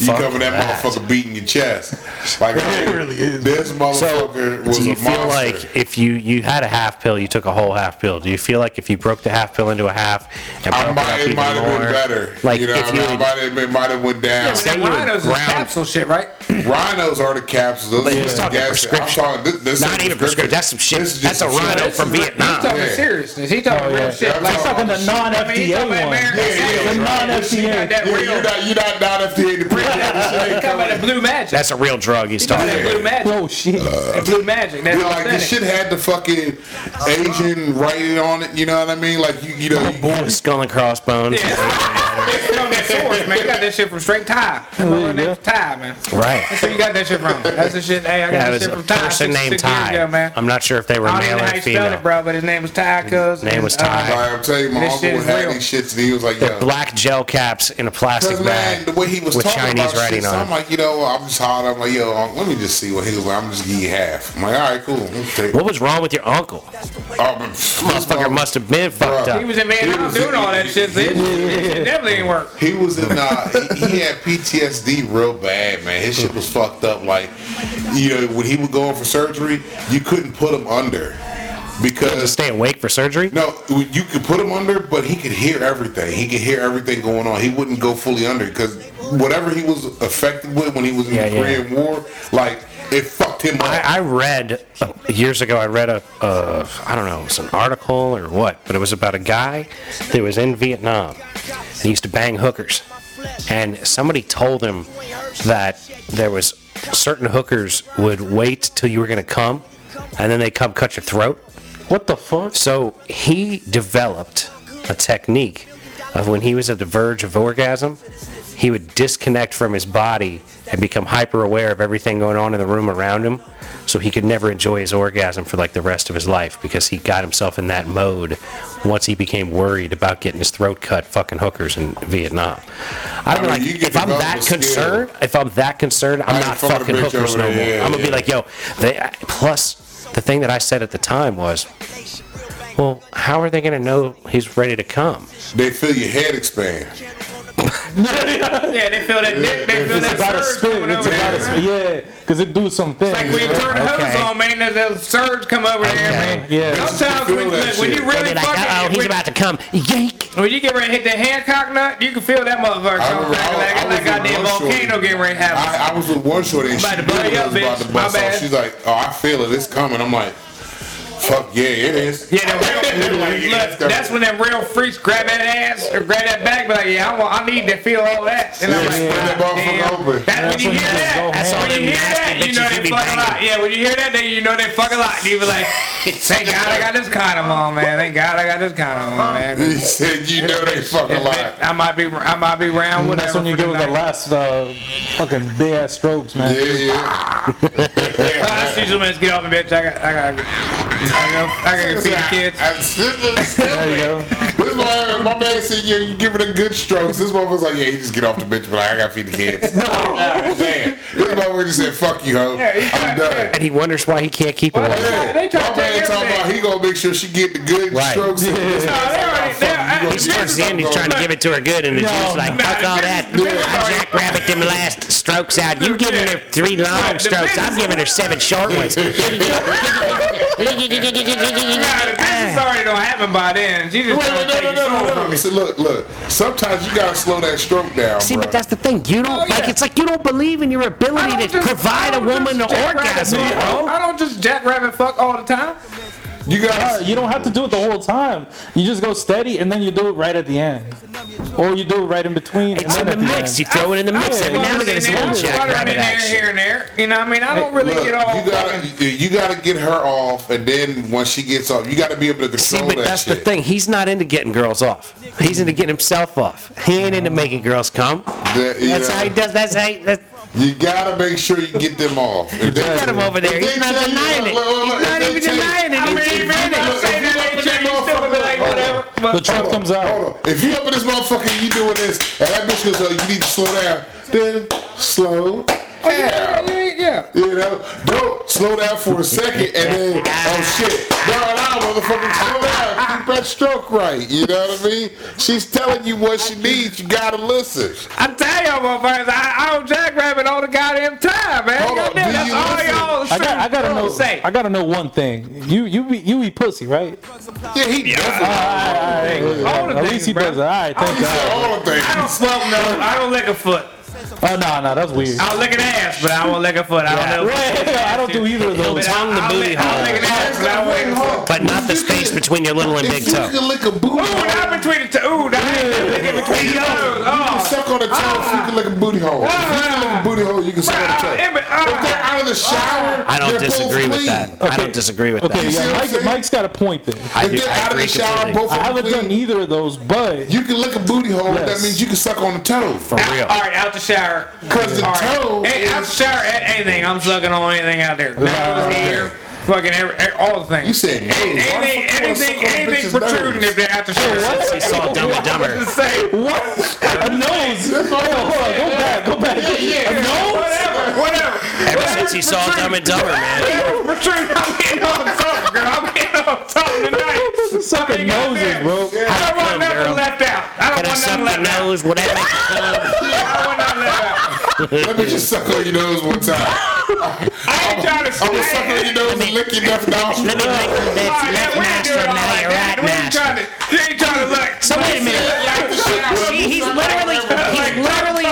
[SPEAKER 4] you
[SPEAKER 1] fuck
[SPEAKER 4] cover that, motherfucker beating your chest. Like it really is. This motherfucker was
[SPEAKER 1] Do you
[SPEAKER 4] a
[SPEAKER 1] feel
[SPEAKER 4] monster.
[SPEAKER 1] like if you you had a half pill, you took a whole half pill? Do you feel like if you broke the half pill into a half and
[SPEAKER 4] I
[SPEAKER 1] broke it
[SPEAKER 4] might,
[SPEAKER 1] up
[SPEAKER 4] it
[SPEAKER 1] even
[SPEAKER 4] might have
[SPEAKER 1] more,
[SPEAKER 4] Uh, been better.
[SPEAKER 1] like
[SPEAKER 4] you know,
[SPEAKER 1] if
[SPEAKER 4] what I
[SPEAKER 1] you
[SPEAKER 4] mean? I
[SPEAKER 1] would-
[SPEAKER 4] might have been, might have went down.
[SPEAKER 1] Say you
[SPEAKER 2] That
[SPEAKER 1] were
[SPEAKER 2] rhinos is
[SPEAKER 1] ground-
[SPEAKER 2] capsule shit, right?
[SPEAKER 4] Rhinos are the capsules. Those
[SPEAKER 1] he's
[SPEAKER 4] are
[SPEAKER 1] talking
[SPEAKER 4] gas-
[SPEAKER 1] prescription.
[SPEAKER 4] I'm talking, this, this
[SPEAKER 1] Not
[SPEAKER 4] is
[SPEAKER 1] even prescription. That's some shit.
[SPEAKER 4] This is
[SPEAKER 1] That's
[SPEAKER 4] just
[SPEAKER 1] a
[SPEAKER 4] some shit.
[SPEAKER 1] rhino from
[SPEAKER 2] He's
[SPEAKER 1] Vietnam.
[SPEAKER 2] talking
[SPEAKER 4] Yeah.
[SPEAKER 2] seriousness. He's talking
[SPEAKER 3] Oh, yeah.
[SPEAKER 2] real shit.
[SPEAKER 4] I'm
[SPEAKER 2] like
[SPEAKER 3] Fucking
[SPEAKER 4] talking
[SPEAKER 3] the non
[SPEAKER 2] I mean, he's
[SPEAKER 3] FDA
[SPEAKER 2] talking about
[SPEAKER 3] one.
[SPEAKER 2] American
[SPEAKER 4] Yeah, yeah,
[SPEAKER 3] The
[SPEAKER 2] Idol,
[SPEAKER 3] non
[SPEAKER 2] right? She got
[SPEAKER 3] FDA.
[SPEAKER 2] that
[SPEAKER 4] Yeah,
[SPEAKER 2] real-
[SPEAKER 4] you're not, you're not not FDA to
[SPEAKER 2] [laughs]
[SPEAKER 1] [laughs]
[SPEAKER 2] He's talking
[SPEAKER 4] print.
[SPEAKER 2] about that blue magic.
[SPEAKER 1] That's a real drug. He's
[SPEAKER 2] He's talking
[SPEAKER 1] talking.
[SPEAKER 2] about
[SPEAKER 1] about.
[SPEAKER 2] that blue magic.
[SPEAKER 3] Oh shit.
[SPEAKER 5] Uh,
[SPEAKER 3] [laughs]
[SPEAKER 2] That blue magic. That's
[SPEAKER 4] You know, like
[SPEAKER 2] authentic.
[SPEAKER 4] this shit had the fucking Asian writing on it. You know what I mean? Like you, you know,
[SPEAKER 1] Skull and crossbones.
[SPEAKER 2] Yeah. It's from the source, man. You got that shit from straight Ty. That little name was Ty, man.
[SPEAKER 1] Right.
[SPEAKER 2] So you got that shit from? That's the shit. Hey, I got
[SPEAKER 1] Yeah,
[SPEAKER 2] that
[SPEAKER 1] was
[SPEAKER 2] shit
[SPEAKER 1] a
[SPEAKER 2] from Ty.
[SPEAKER 1] person
[SPEAKER 2] six-
[SPEAKER 1] named
[SPEAKER 2] six years
[SPEAKER 1] Ty.
[SPEAKER 2] ago, man.
[SPEAKER 1] I'm not sure if they were
[SPEAKER 2] I don't
[SPEAKER 1] male
[SPEAKER 2] even know how
[SPEAKER 1] or
[SPEAKER 2] you spell
[SPEAKER 1] female.
[SPEAKER 2] it, bro, but his name was Ty. Cuz
[SPEAKER 1] Name
[SPEAKER 2] and,
[SPEAKER 1] was Ty.
[SPEAKER 2] uh,
[SPEAKER 4] like, I'm telling you, my
[SPEAKER 2] This
[SPEAKER 4] uncle
[SPEAKER 2] shit
[SPEAKER 4] had
[SPEAKER 2] is real.
[SPEAKER 4] these shits, and he was like, "Yo,
[SPEAKER 1] Black gel caps in a plastic
[SPEAKER 4] Because man,
[SPEAKER 1] bag
[SPEAKER 4] the way he was
[SPEAKER 1] with
[SPEAKER 4] talking
[SPEAKER 1] Chinese
[SPEAKER 4] about shit,
[SPEAKER 1] writing
[SPEAKER 4] so
[SPEAKER 1] on
[SPEAKER 4] I'm
[SPEAKER 1] it.
[SPEAKER 4] like, you know, I'm just hard. I'm like, yo, um, let me just see what he was like. I'm just give you half. I'm like, all right, cool. Okay.
[SPEAKER 1] What was wrong with your uncle?
[SPEAKER 4] Um, [laughs]
[SPEAKER 1] Motherfucker must have been fucked
[SPEAKER 2] He
[SPEAKER 1] up.
[SPEAKER 2] was in Vietnam
[SPEAKER 4] was
[SPEAKER 2] doing
[SPEAKER 4] in-
[SPEAKER 2] all that shit. So it, it definitely ain't work.
[SPEAKER 4] He was in. Uh, he, he had PTSD real bad, man. His shit was fucked up. Like, you know, when he would go in for surgery, you couldn't put him under because
[SPEAKER 1] Stay awake for surgery?
[SPEAKER 4] No, you could put him under, but he could hear everything. He could hear everything going on. He wouldn't go fully under because whatever he was affected with when he was in
[SPEAKER 1] Yeah,
[SPEAKER 4] the
[SPEAKER 1] yeah.
[SPEAKER 4] Korean War, like it fucked him up.
[SPEAKER 1] I, I read uh, years ago. I read a uh, I don't know, it was an article or what, but it was about a guy that was in Vietnam. And he used to bang hookers, and somebody told him that there was certain hookers would wait till you were going to come, and then they come cut your throat.
[SPEAKER 3] What the fuck?
[SPEAKER 1] So he developed a technique of when he was at the verge of orgasm, he would disconnect from his body and become hyper aware of everything going on in the room around him so he could never enjoy his orgasm for like the rest of his life because he got himself in that mode once he became worried about getting his throat cut fucking hookers in Vietnam. I'm
[SPEAKER 4] I mean,
[SPEAKER 1] like
[SPEAKER 4] you could
[SPEAKER 1] if I'm
[SPEAKER 4] develop
[SPEAKER 1] that
[SPEAKER 4] a skill.
[SPEAKER 1] concerned, if I'm that concerned, I'm
[SPEAKER 4] Right in
[SPEAKER 1] not
[SPEAKER 4] front of the
[SPEAKER 1] fucking
[SPEAKER 4] bitch
[SPEAKER 1] hookers
[SPEAKER 4] over
[SPEAKER 1] no more.
[SPEAKER 4] there, yeah,
[SPEAKER 1] I'm gonna be
[SPEAKER 4] yeah.
[SPEAKER 1] like, yo, they plus the thing that I said at the time was well, how are they going to know he's ready to come?
[SPEAKER 4] they feel your head expand.
[SPEAKER 2] Yeah, they feel that dick. They feel
[SPEAKER 3] It's
[SPEAKER 2] that
[SPEAKER 3] about a
[SPEAKER 2] surge
[SPEAKER 3] spin.
[SPEAKER 2] coming
[SPEAKER 3] It's
[SPEAKER 2] over
[SPEAKER 3] about a
[SPEAKER 2] there.
[SPEAKER 3] spin. Yeah, because it do some things.
[SPEAKER 2] Like when you turn the hose
[SPEAKER 1] Okay.
[SPEAKER 2] on, man, there's that surge come over there, man.
[SPEAKER 3] Yeah.
[SPEAKER 2] Sometimes when,
[SPEAKER 4] Feel that
[SPEAKER 2] when you
[SPEAKER 4] shit.
[SPEAKER 2] really
[SPEAKER 1] They're like,
[SPEAKER 2] fucking,
[SPEAKER 1] uh oh, he's
[SPEAKER 2] when,
[SPEAKER 1] about to come. Yank!
[SPEAKER 2] when you get ready to hit the Hancock nut, you can feel that motherfucker
[SPEAKER 4] I
[SPEAKER 2] coming
[SPEAKER 4] remember
[SPEAKER 2] back
[SPEAKER 4] I-
[SPEAKER 2] like,
[SPEAKER 4] I
[SPEAKER 2] like
[SPEAKER 4] was
[SPEAKER 2] a
[SPEAKER 4] in
[SPEAKER 2] goddamn
[SPEAKER 4] Russia.
[SPEAKER 2] volcano getting ready to happen.
[SPEAKER 4] I, I was with one shorty and she
[SPEAKER 2] About to
[SPEAKER 4] knew
[SPEAKER 2] blow
[SPEAKER 4] it
[SPEAKER 2] you
[SPEAKER 4] was about
[SPEAKER 2] up, bitch.
[SPEAKER 4] to bust
[SPEAKER 2] My
[SPEAKER 4] off.
[SPEAKER 2] bad.
[SPEAKER 4] She's like, oh, I feel it. It's coming. I'm like, fuck yeah, it is.
[SPEAKER 2] Yeah,
[SPEAKER 4] [laughs]
[SPEAKER 2] that real,
[SPEAKER 4] Like, yeah, it's
[SPEAKER 2] look,
[SPEAKER 4] coming.
[SPEAKER 2] that's when them real freaks grab that ass or grab that back, be like, yeah, I, want, I need to feel all that. And I'm
[SPEAKER 4] Yeah,
[SPEAKER 2] like,
[SPEAKER 4] yeah. That
[SPEAKER 2] "God
[SPEAKER 4] motherfucker
[SPEAKER 2] damn."
[SPEAKER 4] open.
[SPEAKER 2] That's when
[SPEAKER 3] That's
[SPEAKER 2] you
[SPEAKER 3] when
[SPEAKER 2] hear
[SPEAKER 3] you just
[SPEAKER 2] that.
[SPEAKER 3] go
[SPEAKER 2] That's
[SPEAKER 1] ham.
[SPEAKER 2] when you hear that,
[SPEAKER 1] That's all them
[SPEAKER 2] you
[SPEAKER 1] nasty
[SPEAKER 2] know
[SPEAKER 1] bitches
[SPEAKER 2] they
[SPEAKER 1] you be
[SPEAKER 2] fucking lot.
[SPEAKER 1] banging.
[SPEAKER 2] Yeah, when you hear that, then you know they fucking lot. You be
[SPEAKER 4] [laughs]
[SPEAKER 2] like, thank God I got this condom on, man. Thank God I got this condom on,
[SPEAKER 4] [laughs]
[SPEAKER 2] man.
[SPEAKER 4] He said, you know they fucking lie.
[SPEAKER 2] I might be, I might be
[SPEAKER 4] Mm,
[SPEAKER 2] round with
[SPEAKER 3] That's when you give it the last uh, fucking big ass strokes, man.
[SPEAKER 4] Yeah, yeah.
[SPEAKER 2] [laughs] I see some get off the bitch. I got, I got, I got, I got to see the kids.
[SPEAKER 4] There
[SPEAKER 2] [laughs]
[SPEAKER 3] There you go.
[SPEAKER 4] This one, my man said, yeah, you give it a good stroke. This one was like, yeah, you just get off the bench, but I gotta feed the
[SPEAKER 2] [laughs]
[SPEAKER 4] kids. no, man. This motherfucker just said, fuck you, hoe.
[SPEAKER 2] Yeah, he-
[SPEAKER 4] I'm done.
[SPEAKER 1] And he wonders why he can't keep it
[SPEAKER 2] Well,
[SPEAKER 1] away.
[SPEAKER 4] Yeah,
[SPEAKER 2] They try to
[SPEAKER 4] my man
[SPEAKER 2] take
[SPEAKER 4] talking
[SPEAKER 2] everything.
[SPEAKER 4] about he gonna make sure she get the good
[SPEAKER 1] Right.
[SPEAKER 4] strokes. Yeah.
[SPEAKER 2] No, they already, they- I-
[SPEAKER 4] You
[SPEAKER 1] He's towards the end, he's trying to give it to her good, and the dude's like, fuck all that. I jackrabbit them last strokes out. You giving her three long strokes. I'm giving her seven short ones. [laughs]
[SPEAKER 2] Nah, the business already don't happen by then. She just
[SPEAKER 4] Wait,
[SPEAKER 2] trying
[SPEAKER 4] wait,
[SPEAKER 2] to
[SPEAKER 4] no,
[SPEAKER 2] take
[SPEAKER 4] no,
[SPEAKER 2] your
[SPEAKER 4] no,
[SPEAKER 2] soul
[SPEAKER 4] no, no,
[SPEAKER 2] from
[SPEAKER 4] no.
[SPEAKER 2] you.
[SPEAKER 4] See, look, look. Sometimes you gotta slow that stroke down,
[SPEAKER 5] See,
[SPEAKER 4] bro.
[SPEAKER 5] but that's the thing. You don't like. It's like you don't believe in your
[SPEAKER 2] I
[SPEAKER 5] ability
[SPEAKER 2] don't
[SPEAKER 5] to
[SPEAKER 2] just-
[SPEAKER 5] provide
[SPEAKER 2] I
[SPEAKER 5] a
[SPEAKER 2] don't
[SPEAKER 5] woman an
[SPEAKER 2] just jackrabbit
[SPEAKER 5] orgasm,
[SPEAKER 2] fuck.
[SPEAKER 5] bro.
[SPEAKER 2] I don't just jackrabbit fuck all the time.
[SPEAKER 4] you
[SPEAKER 3] Uh,
[SPEAKER 4] gotta.
[SPEAKER 3] You don't have to do it the whole time. You just go steady, and then you do it right at the end, or you do it right in between.
[SPEAKER 5] It's in
[SPEAKER 3] and
[SPEAKER 5] the
[SPEAKER 3] then at
[SPEAKER 5] mix. You throw it in the mix every now and then. It's a little
[SPEAKER 2] Water
[SPEAKER 5] jackrabbit
[SPEAKER 2] in there,
[SPEAKER 5] action.
[SPEAKER 2] here and there. You know, what I mean, I don't really
[SPEAKER 4] Look,
[SPEAKER 2] get all.
[SPEAKER 4] you gotta, you- you gotta get her off, and then once she gets off, you gotta be able to
[SPEAKER 5] See,
[SPEAKER 4] control
[SPEAKER 5] but
[SPEAKER 4] that
[SPEAKER 5] that's the
[SPEAKER 4] shit.
[SPEAKER 5] thing. He's not into getting girls off. He's into getting himself off. He ain't into making girls come.
[SPEAKER 4] That- you
[SPEAKER 5] That's
[SPEAKER 4] know.
[SPEAKER 5] how he does. That's how. He, that's,
[SPEAKER 4] You gotta make sure you get them
[SPEAKER 5] [laughs]
[SPEAKER 4] off. If they-
[SPEAKER 5] Get him over there.
[SPEAKER 4] if
[SPEAKER 5] He's
[SPEAKER 4] they
[SPEAKER 5] not
[SPEAKER 4] tell you-
[SPEAKER 5] denying it.
[SPEAKER 4] look, look, look,
[SPEAKER 5] He's not
[SPEAKER 4] if
[SPEAKER 5] even
[SPEAKER 4] they tell you-
[SPEAKER 5] denying it.
[SPEAKER 2] I mean,
[SPEAKER 5] He's
[SPEAKER 2] even if
[SPEAKER 5] admitting
[SPEAKER 2] you
[SPEAKER 5] it.
[SPEAKER 2] say that ain't true, you still be like whatever.
[SPEAKER 3] The
[SPEAKER 2] But
[SPEAKER 3] truck comes out.
[SPEAKER 4] Hold on. If you up in this motherfucker, you doing this, and that bitch goes, "Oh, you need to slow down." Then slow down.
[SPEAKER 2] yeah, yeah, Yeah.
[SPEAKER 4] You know, don't slow down for a second and then, oh shit, no, no, motherfucker, slow down. Keep that stroke right. You know what I mean? She's telling you what she needs. You gotta listen.
[SPEAKER 2] I'm telling y'all, motherfuckers, I, I don't jackrabbit all the goddamn time, man.
[SPEAKER 4] Hold on,
[SPEAKER 2] Goddamn,
[SPEAKER 4] do
[SPEAKER 2] that's
[SPEAKER 4] you
[SPEAKER 2] all
[SPEAKER 4] listen?
[SPEAKER 2] y'all
[SPEAKER 3] I, got, I gotta know.
[SPEAKER 2] say.
[SPEAKER 3] I gotta know one thing. You you be, you eat pussy, right?
[SPEAKER 4] Yeah, he definitely.
[SPEAKER 2] all the
[SPEAKER 3] At
[SPEAKER 2] things,
[SPEAKER 3] least he
[SPEAKER 2] bro.
[SPEAKER 3] does. All right, thank
[SPEAKER 4] He said
[SPEAKER 3] Oh, God.
[SPEAKER 4] all the
[SPEAKER 2] I
[SPEAKER 4] things.
[SPEAKER 2] don't smoke no. I don't lick a foot.
[SPEAKER 3] Oh no, no, that's weird.
[SPEAKER 2] I'll lick an ass, but I won't lick a foot. I don't know.
[SPEAKER 3] Right, [laughs] I don't do either of those.
[SPEAKER 2] But I-
[SPEAKER 1] Tongue the
[SPEAKER 2] I'll
[SPEAKER 1] booty
[SPEAKER 2] lick- I'll
[SPEAKER 1] hole.
[SPEAKER 2] lick an ass, but I won't lick a foot.
[SPEAKER 1] But not the space between your little and big
[SPEAKER 4] If you
[SPEAKER 1] toe.
[SPEAKER 4] can lick a booty
[SPEAKER 2] Ooh, not
[SPEAKER 4] hole,
[SPEAKER 2] between the two. Ooh, not between the toes.
[SPEAKER 4] you
[SPEAKER 2] Oh.
[SPEAKER 4] suck on the toe. If you can lick a booty hole, if you can lick a booty hole, you can suck on the toe.
[SPEAKER 2] Ah, Emmett,
[SPEAKER 4] If they're
[SPEAKER 2] ah.
[SPEAKER 4] out of the shower,
[SPEAKER 1] I
[SPEAKER 4] they're
[SPEAKER 1] don't
[SPEAKER 4] both
[SPEAKER 1] disagree with
[SPEAKER 4] clean.
[SPEAKER 1] that. I
[SPEAKER 3] Okay.
[SPEAKER 1] don't disagree with
[SPEAKER 3] Okay,
[SPEAKER 1] that.
[SPEAKER 4] see
[SPEAKER 3] yeah,
[SPEAKER 4] what I'm
[SPEAKER 3] Mike,
[SPEAKER 4] saying?
[SPEAKER 3] Mike's got a point there.
[SPEAKER 1] I
[SPEAKER 4] If
[SPEAKER 1] do.
[SPEAKER 4] they're
[SPEAKER 1] I
[SPEAKER 4] out of
[SPEAKER 1] agree
[SPEAKER 4] the shower,
[SPEAKER 1] completely.
[SPEAKER 4] both
[SPEAKER 3] I
[SPEAKER 4] are
[SPEAKER 3] haven't done
[SPEAKER 4] clean.
[SPEAKER 3] either of those, but
[SPEAKER 4] [laughs] You can lick a booty hole. That
[SPEAKER 3] Yes.
[SPEAKER 4] means you can suck on the toe.
[SPEAKER 1] For real.
[SPEAKER 2] Ah, [laughs] All right, out the shower.
[SPEAKER 4] Because the
[SPEAKER 2] All right.
[SPEAKER 4] toe
[SPEAKER 2] Hey, out the
[SPEAKER 4] is.
[SPEAKER 2] shower, at anything. I'm sucking on anything out there. Nose, ear, fucking every, every- all the things.
[SPEAKER 4] You said no. Why the fuck you
[SPEAKER 2] anything,
[SPEAKER 4] wanna
[SPEAKER 2] anything,
[SPEAKER 4] suck on a
[SPEAKER 2] anything
[SPEAKER 4] bitch's
[SPEAKER 2] protruding
[SPEAKER 4] nose?
[SPEAKER 2] if they're out the shower.
[SPEAKER 1] We saw Dumb and Dumber.
[SPEAKER 2] Just say
[SPEAKER 3] what? A
[SPEAKER 4] [laughs]
[SPEAKER 3] nose? Hold on, hold on, go back, go back.
[SPEAKER 2] yeah,
[SPEAKER 3] A nose?
[SPEAKER 2] whatever, whatever.
[SPEAKER 1] Ever since he saw Dumb and Dumber, man.
[SPEAKER 2] Protruding, I'm getting on top, girl. I'm getting on
[SPEAKER 4] [laughs]
[SPEAKER 2] top tonight.
[SPEAKER 3] Sucking noses, bro.
[SPEAKER 2] I don't want
[SPEAKER 1] Come,
[SPEAKER 2] nothing
[SPEAKER 1] girl.
[SPEAKER 2] left out. I don't
[SPEAKER 1] Can I
[SPEAKER 2] want
[SPEAKER 1] suck
[SPEAKER 2] nothing
[SPEAKER 1] the
[SPEAKER 2] left out.
[SPEAKER 1] nose? Would that make it come?
[SPEAKER 2] I don't want nothing left out.
[SPEAKER 4] Let me just suck on your nose one time.
[SPEAKER 2] I
[SPEAKER 1] Oh.
[SPEAKER 2] ain't trying
[SPEAKER 4] I'm gonna
[SPEAKER 2] to
[SPEAKER 4] suck on
[SPEAKER 2] say.
[SPEAKER 4] your nose and lick your left nostril.
[SPEAKER 1] Let me make
[SPEAKER 2] All right,
[SPEAKER 1] that
[SPEAKER 2] man,
[SPEAKER 1] left
[SPEAKER 2] we ain't doing
[SPEAKER 1] nostril
[SPEAKER 2] all
[SPEAKER 1] now,
[SPEAKER 2] like
[SPEAKER 1] your
[SPEAKER 2] that.
[SPEAKER 1] right
[SPEAKER 2] We ain't
[SPEAKER 1] nostril.
[SPEAKER 2] trying to. You ain't trying to look.
[SPEAKER 1] [laughs] So wait a
[SPEAKER 2] [laughs]
[SPEAKER 1] minute. [laughs] He- He's literally, he's literally,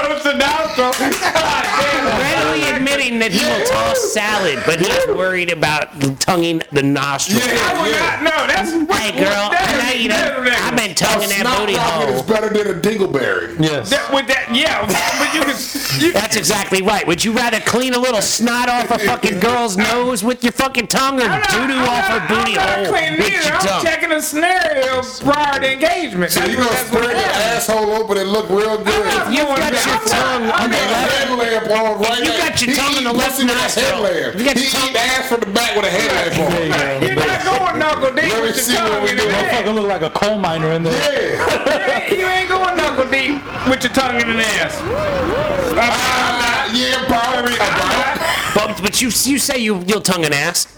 [SPEAKER 1] [laughs] readily admitting that he will toss salad, but he's worried about tonguing the nostril.
[SPEAKER 4] Yeah.
[SPEAKER 2] No, that's what.
[SPEAKER 1] Hey girl, I know you done. I've been tonguing that
[SPEAKER 4] Snot
[SPEAKER 1] booty
[SPEAKER 4] rocket is
[SPEAKER 1] hole.
[SPEAKER 4] better than a dingleberry.
[SPEAKER 3] Yes.
[SPEAKER 2] That, with that, yeah, [laughs] but you can. You,
[SPEAKER 1] That's exactly right. Would you rather clean a little snot off a fucking girl's nose with your fucking tongue or
[SPEAKER 2] I'm not-
[SPEAKER 1] doo doo
[SPEAKER 2] I'm
[SPEAKER 1] off her
[SPEAKER 2] not-
[SPEAKER 1] booty
[SPEAKER 2] I'm not
[SPEAKER 1] hole
[SPEAKER 2] cleaning
[SPEAKER 1] with
[SPEAKER 2] either.
[SPEAKER 1] your
[SPEAKER 2] I'm
[SPEAKER 1] tongue?
[SPEAKER 2] checking the scenario prior to engagement.
[SPEAKER 4] So you gonna
[SPEAKER 2] That's what
[SPEAKER 4] spread your
[SPEAKER 2] happened.
[SPEAKER 4] asshole open and look real good.
[SPEAKER 2] I'm not
[SPEAKER 1] You've
[SPEAKER 2] going
[SPEAKER 1] got
[SPEAKER 2] back.
[SPEAKER 1] your
[SPEAKER 2] I'm not-
[SPEAKER 1] tongue
[SPEAKER 2] I'm
[SPEAKER 1] on
[SPEAKER 2] not-
[SPEAKER 1] the left.
[SPEAKER 4] Headlamp on right
[SPEAKER 1] You
[SPEAKER 4] now.
[SPEAKER 1] got your
[SPEAKER 4] He
[SPEAKER 1] tongue in the
[SPEAKER 4] eat
[SPEAKER 1] left
[SPEAKER 4] pussy with a
[SPEAKER 1] nostril.
[SPEAKER 4] headlamp.
[SPEAKER 1] You got your
[SPEAKER 4] He
[SPEAKER 1] tongue-
[SPEAKER 4] eat ass from the back with a
[SPEAKER 3] There you
[SPEAKER 4] headlamp on.
[SPEAKER 3] go.
[SPEAKER 2] You're not going knuckle deep
[SPEAKER 4] Let me
[SPEAKER 2] with
[SPEAKER 4] see
[SPEAKER 2] your tongue
[SPEAKER 4] what we
[SPEAKER 2] in the
[SPEAKER 4] do.
[SPEAKER 2] ass.
[SPEAKER 3] Motherfucker look like a coal miner in there.
[SPEAKER 4] Yeah.
[SPEAKER 2] You ain't- [laughs] You ain't going knuckle deep with your tongue in the ass. Uh,
[SPEAKER 4] Ah, yeah, probably. about.
[SPEAKER 1] But, but you you say you you'll tongue an ass.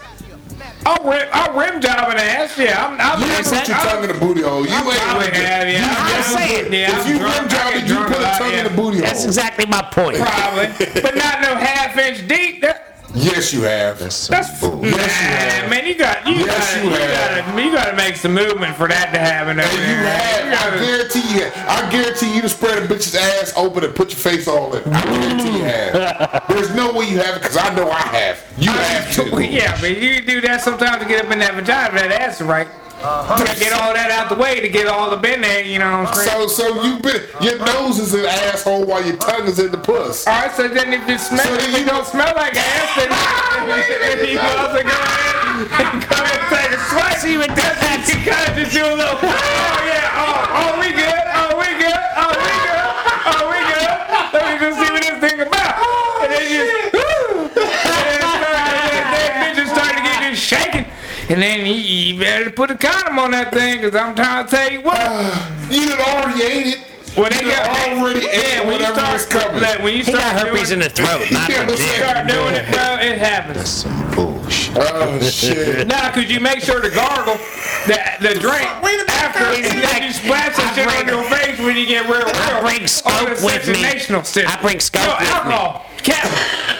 [SPEAKER 2] I'll rim, I'll rim job an ass. Yeah, I'm. I'm
[SPEAKER 4] You
[SPEAKER 2] I'm-
[SPEAKER 4] ain't put your
[SPEAKER 2] [laughs]
[SPEAKER 4] tongue in the booty hole. You
[SPEAKER 2] I'm
[SPEAKER 4] ain't
[SPEAKER 2] probably
[SPEAKER 4] licked
[SPEAKER 2] have,
[SPEAKER 4] it.
[SPEAKER 2] yeah.
[SPEAKER 1] I'm
[SPEAKER 2] I'm
[SPEAKER 1] just
[SPEAKER 2] drunk.
[SPEAKER 1] saying,
[SPEAKER 2] Yeah,
[SPEAKER 4] If
[SPEAKER 2] I'm
[SPEAKER 4] you
[SPEAKER 2] drunk.
[SPEAKER 4] rim job,
[SPEAKER 2] I get
[SPEAKER 4] did you
[SPEAKER 2] drunk
[SPEAKER 4] put
[SPEAKER 2] a
[SPEAKER 4] a
[SPEAKER 2] lot,
[SPEAKER 4] tongue
[SPEAKER 2] yeah.
[SPEAKER 4] in the booty
[SPEAKER 2] Oh.
[SPEAKER 1] That's
[SPEAKER 4] hole?
[SPEAKER 1] exactly my point.
[SPEAKER 2] Probably, but not no half inch deep. That,
[SPEAKER 4] Yes, you have.
[SPEAKER 2] that's nah, man. You got you
[SPEAKER 4] Yes,
[SPEAKER 2] got
[SPEAKER 4] you
[SPEAKER 2] you,
[SPEAKER 4] have.
[SPEAKER 2] got you got to make some movement for that to happen. Over
[SPEAKER 4] And you
[SPEAKER 2] there. You
[SPEAKER 4] have, I
[SPEAKER 2] gotta-
[SPEAKER 4] guarantee you, I guarantee you to spread a bitch's ass open and put your face all in. I guarantee you have. There's no way you have it because I know I have. You have to.
[SPEAKER 2] [laughs] Yeah, but you do that sometimes to get up in that vagina, that ass, right? Gotta get all that out the way to get all up in there. You know what I'm saying?
[SPEAKER 4] So, so you been your nose is an asshole while your tongue is in the puss.
[SPEAKER 2] all right, so then if you smell,
[SPEAKER 4] So
[SPEAKER 2] if
[SPEAKER 4] you-
[SPEAKER 2] you don't smell like ass,
[SPEAKER 1] [laughs]
[SPEAKER 2] then if you also go ahead and come and take a swipe,
[SPEAKER 1] See what that-
[SPEAKER 2] you gotta just do a little.
[SPEAKER 1] [laughs]
[SPEAKER 2] Oh yeah, oh, oh we good, oh we good, oh we good, oh we good. Let me just see what this thing about.
[SPEAKER 1] Oh,
[SPEAKER 2] and then you, and
[SPEAKER 1] [laughs]
[SPEAKER 2] then, and then bitch is starting to get just shaking. And then you, you better put a condom on that thing, cause I'm trying to tell you what.
[SPEAKER 1] [sighs]
[SPEAKER 4] You done already ate it.
[SPEAKER 2] Well,
[SPEAKER 4] you done already ate whatever was coming.
[SPEAKER 2] like, when you
[SPEAKER 1] He
[SPEAKER 2] start
[SPEAKER 1] got herpes in the
[SPEAKER 2] doing,
[SPEAKER 1] throat,
[SPEAKER 2] [laughs]
[SPEAKER 1] not
[SPEAKER 4] Yeah,
[SPEAKER 1] the
[SPEAKER 4] what's
[SPEAKER 1] dick.
[SPEAKER 4] that?
[SPEAKER 2] start doing it, bro, it happens.
[SPEAKER 4] Oh shit!
[SPEAKER 2] Now, could you make sure to gargle the, the drink after and then you splash that shit on your face when you get real real?
[SPEAKER 1] I bring
[SPEAKER 2] on the
[SPEAKER 1] scope with me.
[SPEAKER 2] sensational shit.
[SPEAKER 1] I bring scope
[SPEAKER 2] no,
[SPEAKER 1] with me.
[SPEAKER 2] alcohol. Cap.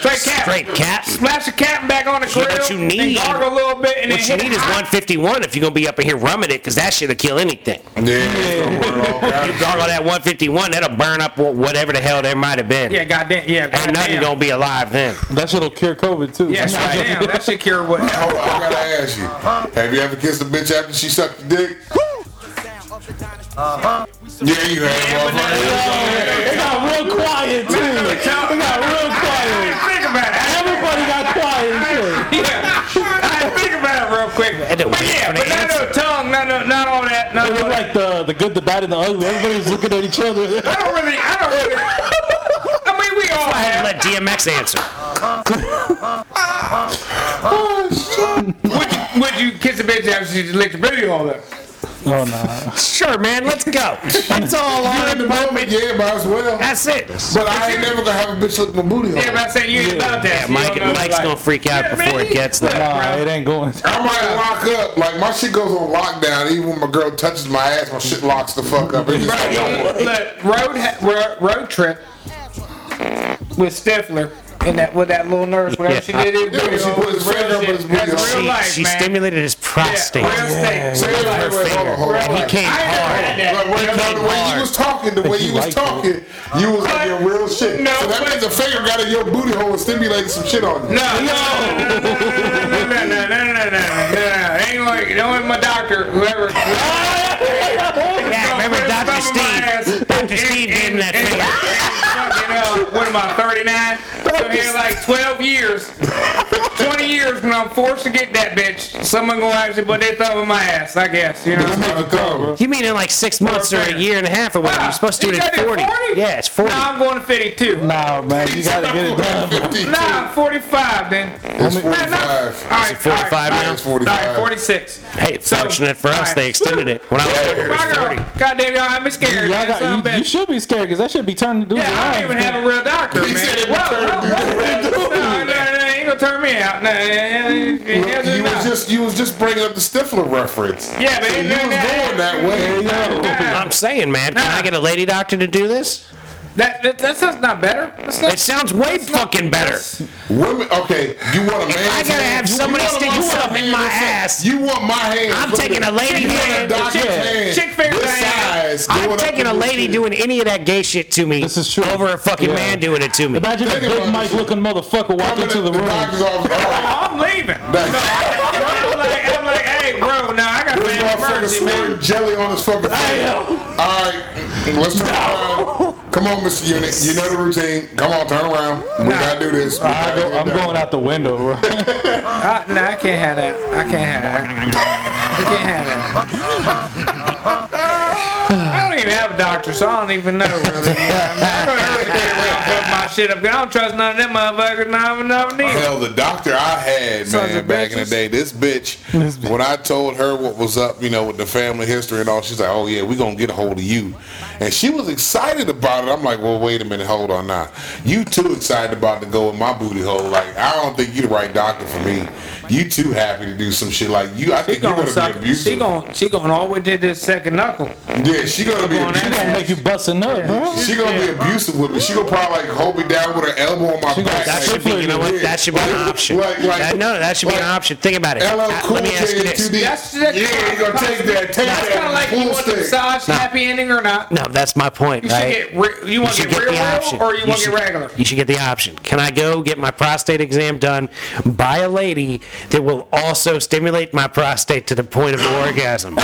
[SPEAKER 2] Say cap.
[SPEAKER 1] Straight cap.
[SPEAKER 2] Splash the cap back on the grill.
[SPEAKER 1] Yeah, but you
[SPEAKER 2] And
[SPEAKER 1] need-
[SPEAKER 2] gargle a little bit and
[SPEAKER 1] What you
[SPEAKER 2] then hit
[SPEAKER 1] need is
[SPEAKER 2] it hot.
[SPEAKER 1] 151 if you're gonna be up in here rumming it, because that shit'll kill anything.
[SPEAKER 4] Yeah, it's gonna burn all
[SPEAKER 2] Oh,
[SPEAKER 4] kinds
[SPEAKER 1] You
[SPEAKER 4] of-
[SPEAKER 1] gargle that 151, that'll burn up wh- whatever the hell there might have been.
[SPEAKER 2] Yeah, goddamn. Yeah, goddamn.
[SPEAKER 1] Ain't nothing gonna be alive then.
[SPEAKER 3] That shit'll cure COVID too.
[SPEAKER 2] Yeah, goddamn. That shit cured
[SPEAKER 1] [laughs]
[SPEAKER 2] what?
[SPEAKER 4] Hold on, I gotta ask you: Have you ever kissed a bitch after she sucked your dick?
[SPEAKER 2] Uh-huh.
[SPEAKER 4] Yeah, you have. motherfucker.
[SPEAKER 3] It got real quiet too. It got real
[SPEAKER 2] I
[SPEAKER 3] quiet.
[SPEAKER 2] didn't think about it.
[SPEAKER 3] Everybody got quiet and shit.
[SPEAKER 2] [laughs] Yeah. I didn't think about it real quick.
[SPEAKER 1] had to
[SPEAKER 2] But
[SPEAKER 1] wait
[SPEAKER 2] yeah,
[SPEAKER 1] for the
[SPEAKER 2] but not no
[SPEAKER 1] answer.
[SPEAKER 2] tongue, not, no, not all that. Not
[SPEAKER 3] It
[SPEAKER 2] all
[SPEAKER 3] looked
[SPEAKER 2] that.
[SPEAKER 3] like the, the good, the bad, and the ugly. Everybody was looking at each other.
[SPEAKER 2] [laughs] I don't really, I don't really. I mean, we all
[SPEAKER 1] I had
[SPEAKER 2] have.
[SPEAKER 1] to let DMX answer.
[SPEAKER 2] Would you, would you kiss a bitch after she licked your booty hole though?
[SPEAKER 3] Oh no.
[SPEAKER 1] Sure, man, let's go. That's all
[SPEAKER 4] You're
[SPEAKER 1] I
[SPEAKER 4] in the moment, yeah, might as well.
[SPEAKER 1] That's it.
[SPEAKER 4] But I ain't never gonna have a bitch lick my booty hole.
[SPEAKER 2] Yeah, but I said you ain't about that.
[SPEAKER 1] Yeah, Mike,
[SPEAKER 2] You don't know,
[SPEAKER 1] Mike's
[SPEAKER 2] like-
[SPEAKER 1] gonna freak out
[SPEAKER 2] Yeah,
[SPEAKER 1] before
[SPEAKER 2] man,
[SPEAKER 1] it gets there.
[SPEAKER 3] Nah, it ain't going.
[SPEAKER 4] I might lock up. Like my shit goes on lockdown. Even when my girl touches my ass, my shit locks the fuck up. It just-
[SPEAKER 2] Look, road ha- ro- road trip with Stifler and that with that little nurse, whatever she did, it
[SPEAKER 4] Yeah, she put his finger up in his booty
[SPEAKER 2] That's
[SPEAKER 4] hole.
[SPEAKER 2] real
[SPEAKER 1] She,
[SPEAKER 2] life,
[SPEAKER 1] she
[SPEAKER 2] man.
[SPEAKER 1] stimulated his prostate.
[SPEAKER 2] Yeah,
[SPEAKER 4] So
[SPEAKER 2] real estate.
[SPEAKER 4] wait, wait, wait, hold on, hold on.
[SPEAKER 2] And he
[SPEAKER 1] came
[SPEAKER 2] I ain't never
[SPEAKER 1] hard.
[SPEAKER 2] had that.
[SPEAKER 4] Like, wait, no, the way you was talking, the way you was talking, you was like your real shit.
[SPEAKER 2] No,
[SPEAKER 4] so that
[SPEAKER 2] but-
[SPEAKER 4] means a finger got in your booty hole and stimulated some shit on you.
[SPEAKER 2] No, no, no, no, no, no, no, no, no, no, no, no. Ain't like, you know, my doctor, whoever.
[SPEAKER 1] Yeah, remember Dr.
[SPEAKER 2] Some of my ass.
[SPEAKER 1] Steve? Dr. Steve gave him that
[SPEAKER 2] And-
[SPEAKER 1] finger.
[SPEAKER 2] and, uh, what am I, 39? So here, like 12 years, 20 years when I'm forced to get that bitch, someone gonna actually put their thumb in my ass, I guess, you know?
[SPEAKER 4] That's not a thumb.
[SPEAKER 1] You mean in like six months or a year and a half or whatever? You're supposed to do it
[SPEAKER 2] You
[SPEAKER 1] at
[SPEAKER 2] got
[SPEAKER 1] 40. Yeah, it's 40.
[SPEAKER 2] No, I'm going to 52.
[SPEAKER 3] Nah, man, you gotta get it done.
[SPEAKER 2] Nah, I'm 45 then.
[SPEAKER 4] It's
[SPEAKER 2] Nah, nah.
[SPEAKER 4] 45.
[SPEAKER 2] All right,
[SPEAKER 1] Is it 45
[SPEAKER 2] all right,
[SPEAKER 1] now?
[SPEAKER 4] It's 45.
[SPEAKER 2] All right, 46.
[SPEAKER 1] Hey, it's
[SPEAKER 2] So,
[SPEAKER 1] fortunate for us
[SPEAKER 2] all right.
[SPEAKER 1] they extended it. When I was here, it was
[SPEAKER 2] My
[SPEAKER 1] 40.
[SPEAKER 2] girl, goddamn y'all, I'm scared.
[SPEAKER 3] Y'all
[SPEAKER 2] That's
[SPEAKER 3] got-
[SPEAKER 2] something
[SPEAKER 3] you,
[SPEAKER 2] bad.
[SPEAKER 3] you should be scared because that should be turning dudes
[SPEAKER 2] Yeah, I
[SPEAKER 3] around.
[SPEAKER 2] don't even have a real doctor,
[SPEAKER 4] He
[SPEAKER 2] man.
[SPEAKER 4] said it
[SPEAKER 2] Whoa,
[SPEAKER 4] turned
[SPEAKER 2] whoa,
[SPEAKER 4] you
[SPEAKER 2] whoa, whoa. No, no, no, ain't gonna turn me out. No, yeah,
[SPEAKER 4] You was
[SPEAKER 2] just,
[SPEAKER 4] just you was just bringing up the Stifler reference.
[SPEAKER 2] yeah, but
[SPEAKER 4] You was going that way.
[SPEAKER 1] I'm saying, man, can I get a lady doctor to do this?
[SPEAKER 2] That, that, that sounds not better. That's not,
[SPEAKER 1] It sounds way fucking better.
[SPEAKER 4] Women, okay, you want a man's
[SPEAKER 1] I gotta
[SPEAKER 4] hand?
[SPEAKER 1] have somebody
[SPEAKER 4] want a
[SPEAKER 1] stick
[SPEAKER 4] motherfucking
[SPEAKER 1] something in my
[SPEAKER 4] hand.
[SPEAKER 1] ass.
[SPEAKER 4] You want my hand?
[SPEAKER 1] I'm
[SPEAKER 4] Look
[SPEAKER 1] taking a
[SPEAKER 4] at
[SPEAKER 1] lady
[SPEAKER 4] you want
[SPEAKER 1] hand.
[SPEAKER 4] doctor's
[SPEAKER 3] Yeah.
[SPEAKER 4] hand.
[SPEAKER 2] Chick fingers
[SPEAKER 4] This
[SPEAKER 2] hand.
[SPEAKER 4] size going
[SPEAKER 1] I'm
[SPEAKER 4] up
[SPEAKER 1] taking a
[SPEAKER 4] in this
[SPEAKER 1] lady
[SPEAKER 4] shit.
[SPEAKER 1] doing any of that gay shit to me
[SPEAKER 3] This is true.
[SPEAKER 1] over a fucking
[SPEAKER 3] Yeah.
[SPEAKER 1] man doing it to me.
[SPEAKER 3] Imagine a
[SPEAKER 4] Think about
[SPEAKER 3] big
[SPEAKER 4] it.
[SPEAKER 3] Mike looking motherfucker walking
[SPEAKER 4] Coming
[SPEAKER 3] to the
[SPEAKER 4] the
[SPEAKER 3] room.
[SPEAKER 4] doctor's office. Oh,
[SPEAKER 2] I'm leaving.
[SPEAKER 1] [laughs]
[SPEAKER 2] No, I'm like, I'm like, hey, bro, now I got
[SPEAKER 4] this
[SPEAKER 2] to
[SPEAKER 4] motherfucker
[SPEAKER 2] mercy, man.
[SPEAKER 4] smearing jelly on his fucking face. All right, let's turn around. Come on, Mr. Unit. You know the routine. Come on, turn around. We gotta do this. We
[SPEAKER 3] I
[SPEAKER 4] gotta
[SPEAKER 3] go,
[SPEAKER 4] get
[SPEAKER 3] I'm
[SPEAKER 4] done.
[SPEAKER 3] going out the window. bro.
[SPEAKER 2] Uh, no, I can't have that. I can't have that. I can't have that. I don't even have a doctor, so I don't even know really.
[SPEAKER 4] [laughs]
[SPEAKER 2] I don't really care where I put my shit up. I don't trust none of them motherfuckers. and I don't never need.
[SPEAKER 4] Hell, the doctor I had,
[SPEAKER 2] Sons
[SPEAKER 4] man,
[SPEAKER 2] of
[SPEAKER 4] back in the
[SPEAKER 2] bitches.
[SPEAKER 4] day, this bitch, when I told her what was up, you know, with the family history and all, she's like, oh, yeah, we going to get a hold of you. And she was excited about it. I'm like, well, wait a minute, hold on now. You too excited about to go in my booty hole. Like, I don't think you the right doctor for me. You too happy to do some shit like you. I
[SPEAKER 2] She
[SPEAKER 4] think you're
[SPEAKER 2] gonna
[SPEAKER 4] going to be
[SPEAKER 2] suck. She
[SPEAKER 4] abusive.
[SPEAKER 2] gonna she gonna always did this second knuckle.
[SPEAKER 4] yeah, she going to be
[SPEAKER 2] on
[SPEAKER 4] abusive.
[SPEAKER 2] that.
[SPEAKER 3] Gonna make you busting up, bro.
[SPEAKER 4] She gonna be abusive with me. She gonna probably like hold me down with her elbow on my back.
[SPEAKER 1] That should be, you know what? That should be an option.
[SPEAKER 4] Like, like,
[SPEAKER 1] That- no, that should be an
[SPEAKER 4] like,
[SPEAKER 1] option. Think about it.
[SPEAKER 4] LL
[SPEAKER 1] Uh,
[SPEAKER 4] Cool
[SPEAKER 1] Let me ask you
[SPEAKER 4] J
[SPEAKER 1] this.
[SPEAKER 4] and 2D.
[SPEAKER 2] That's that's
[SPEAKER 4] yeah, you gonna take that. Take
[SPEAKER 2] That's
[SPEAKER 4] that.
[SPEAKER 2] kind of like you
[SPEAKER 4] full
[SPEAKER 2] want the
[SPEAKER 4] stick.
[SPEAKER 2] massage happy ending or not.
[SPEAKER 1] No, that's my point,
[SPEAKER 2] You should
[SPEAKER 1] right?
[SPEAKER 2] get re- you want to
[SPEAKER 1] should
[SPEAKER 2] get real real or you want to
[SPEAKER 1] should-
[SPEAKER 2] get regular.
[SPEAKER 1] You should get the option. Can I go get my prostate exam done by a lady that will also stimulate my prostate to the point of orgasm?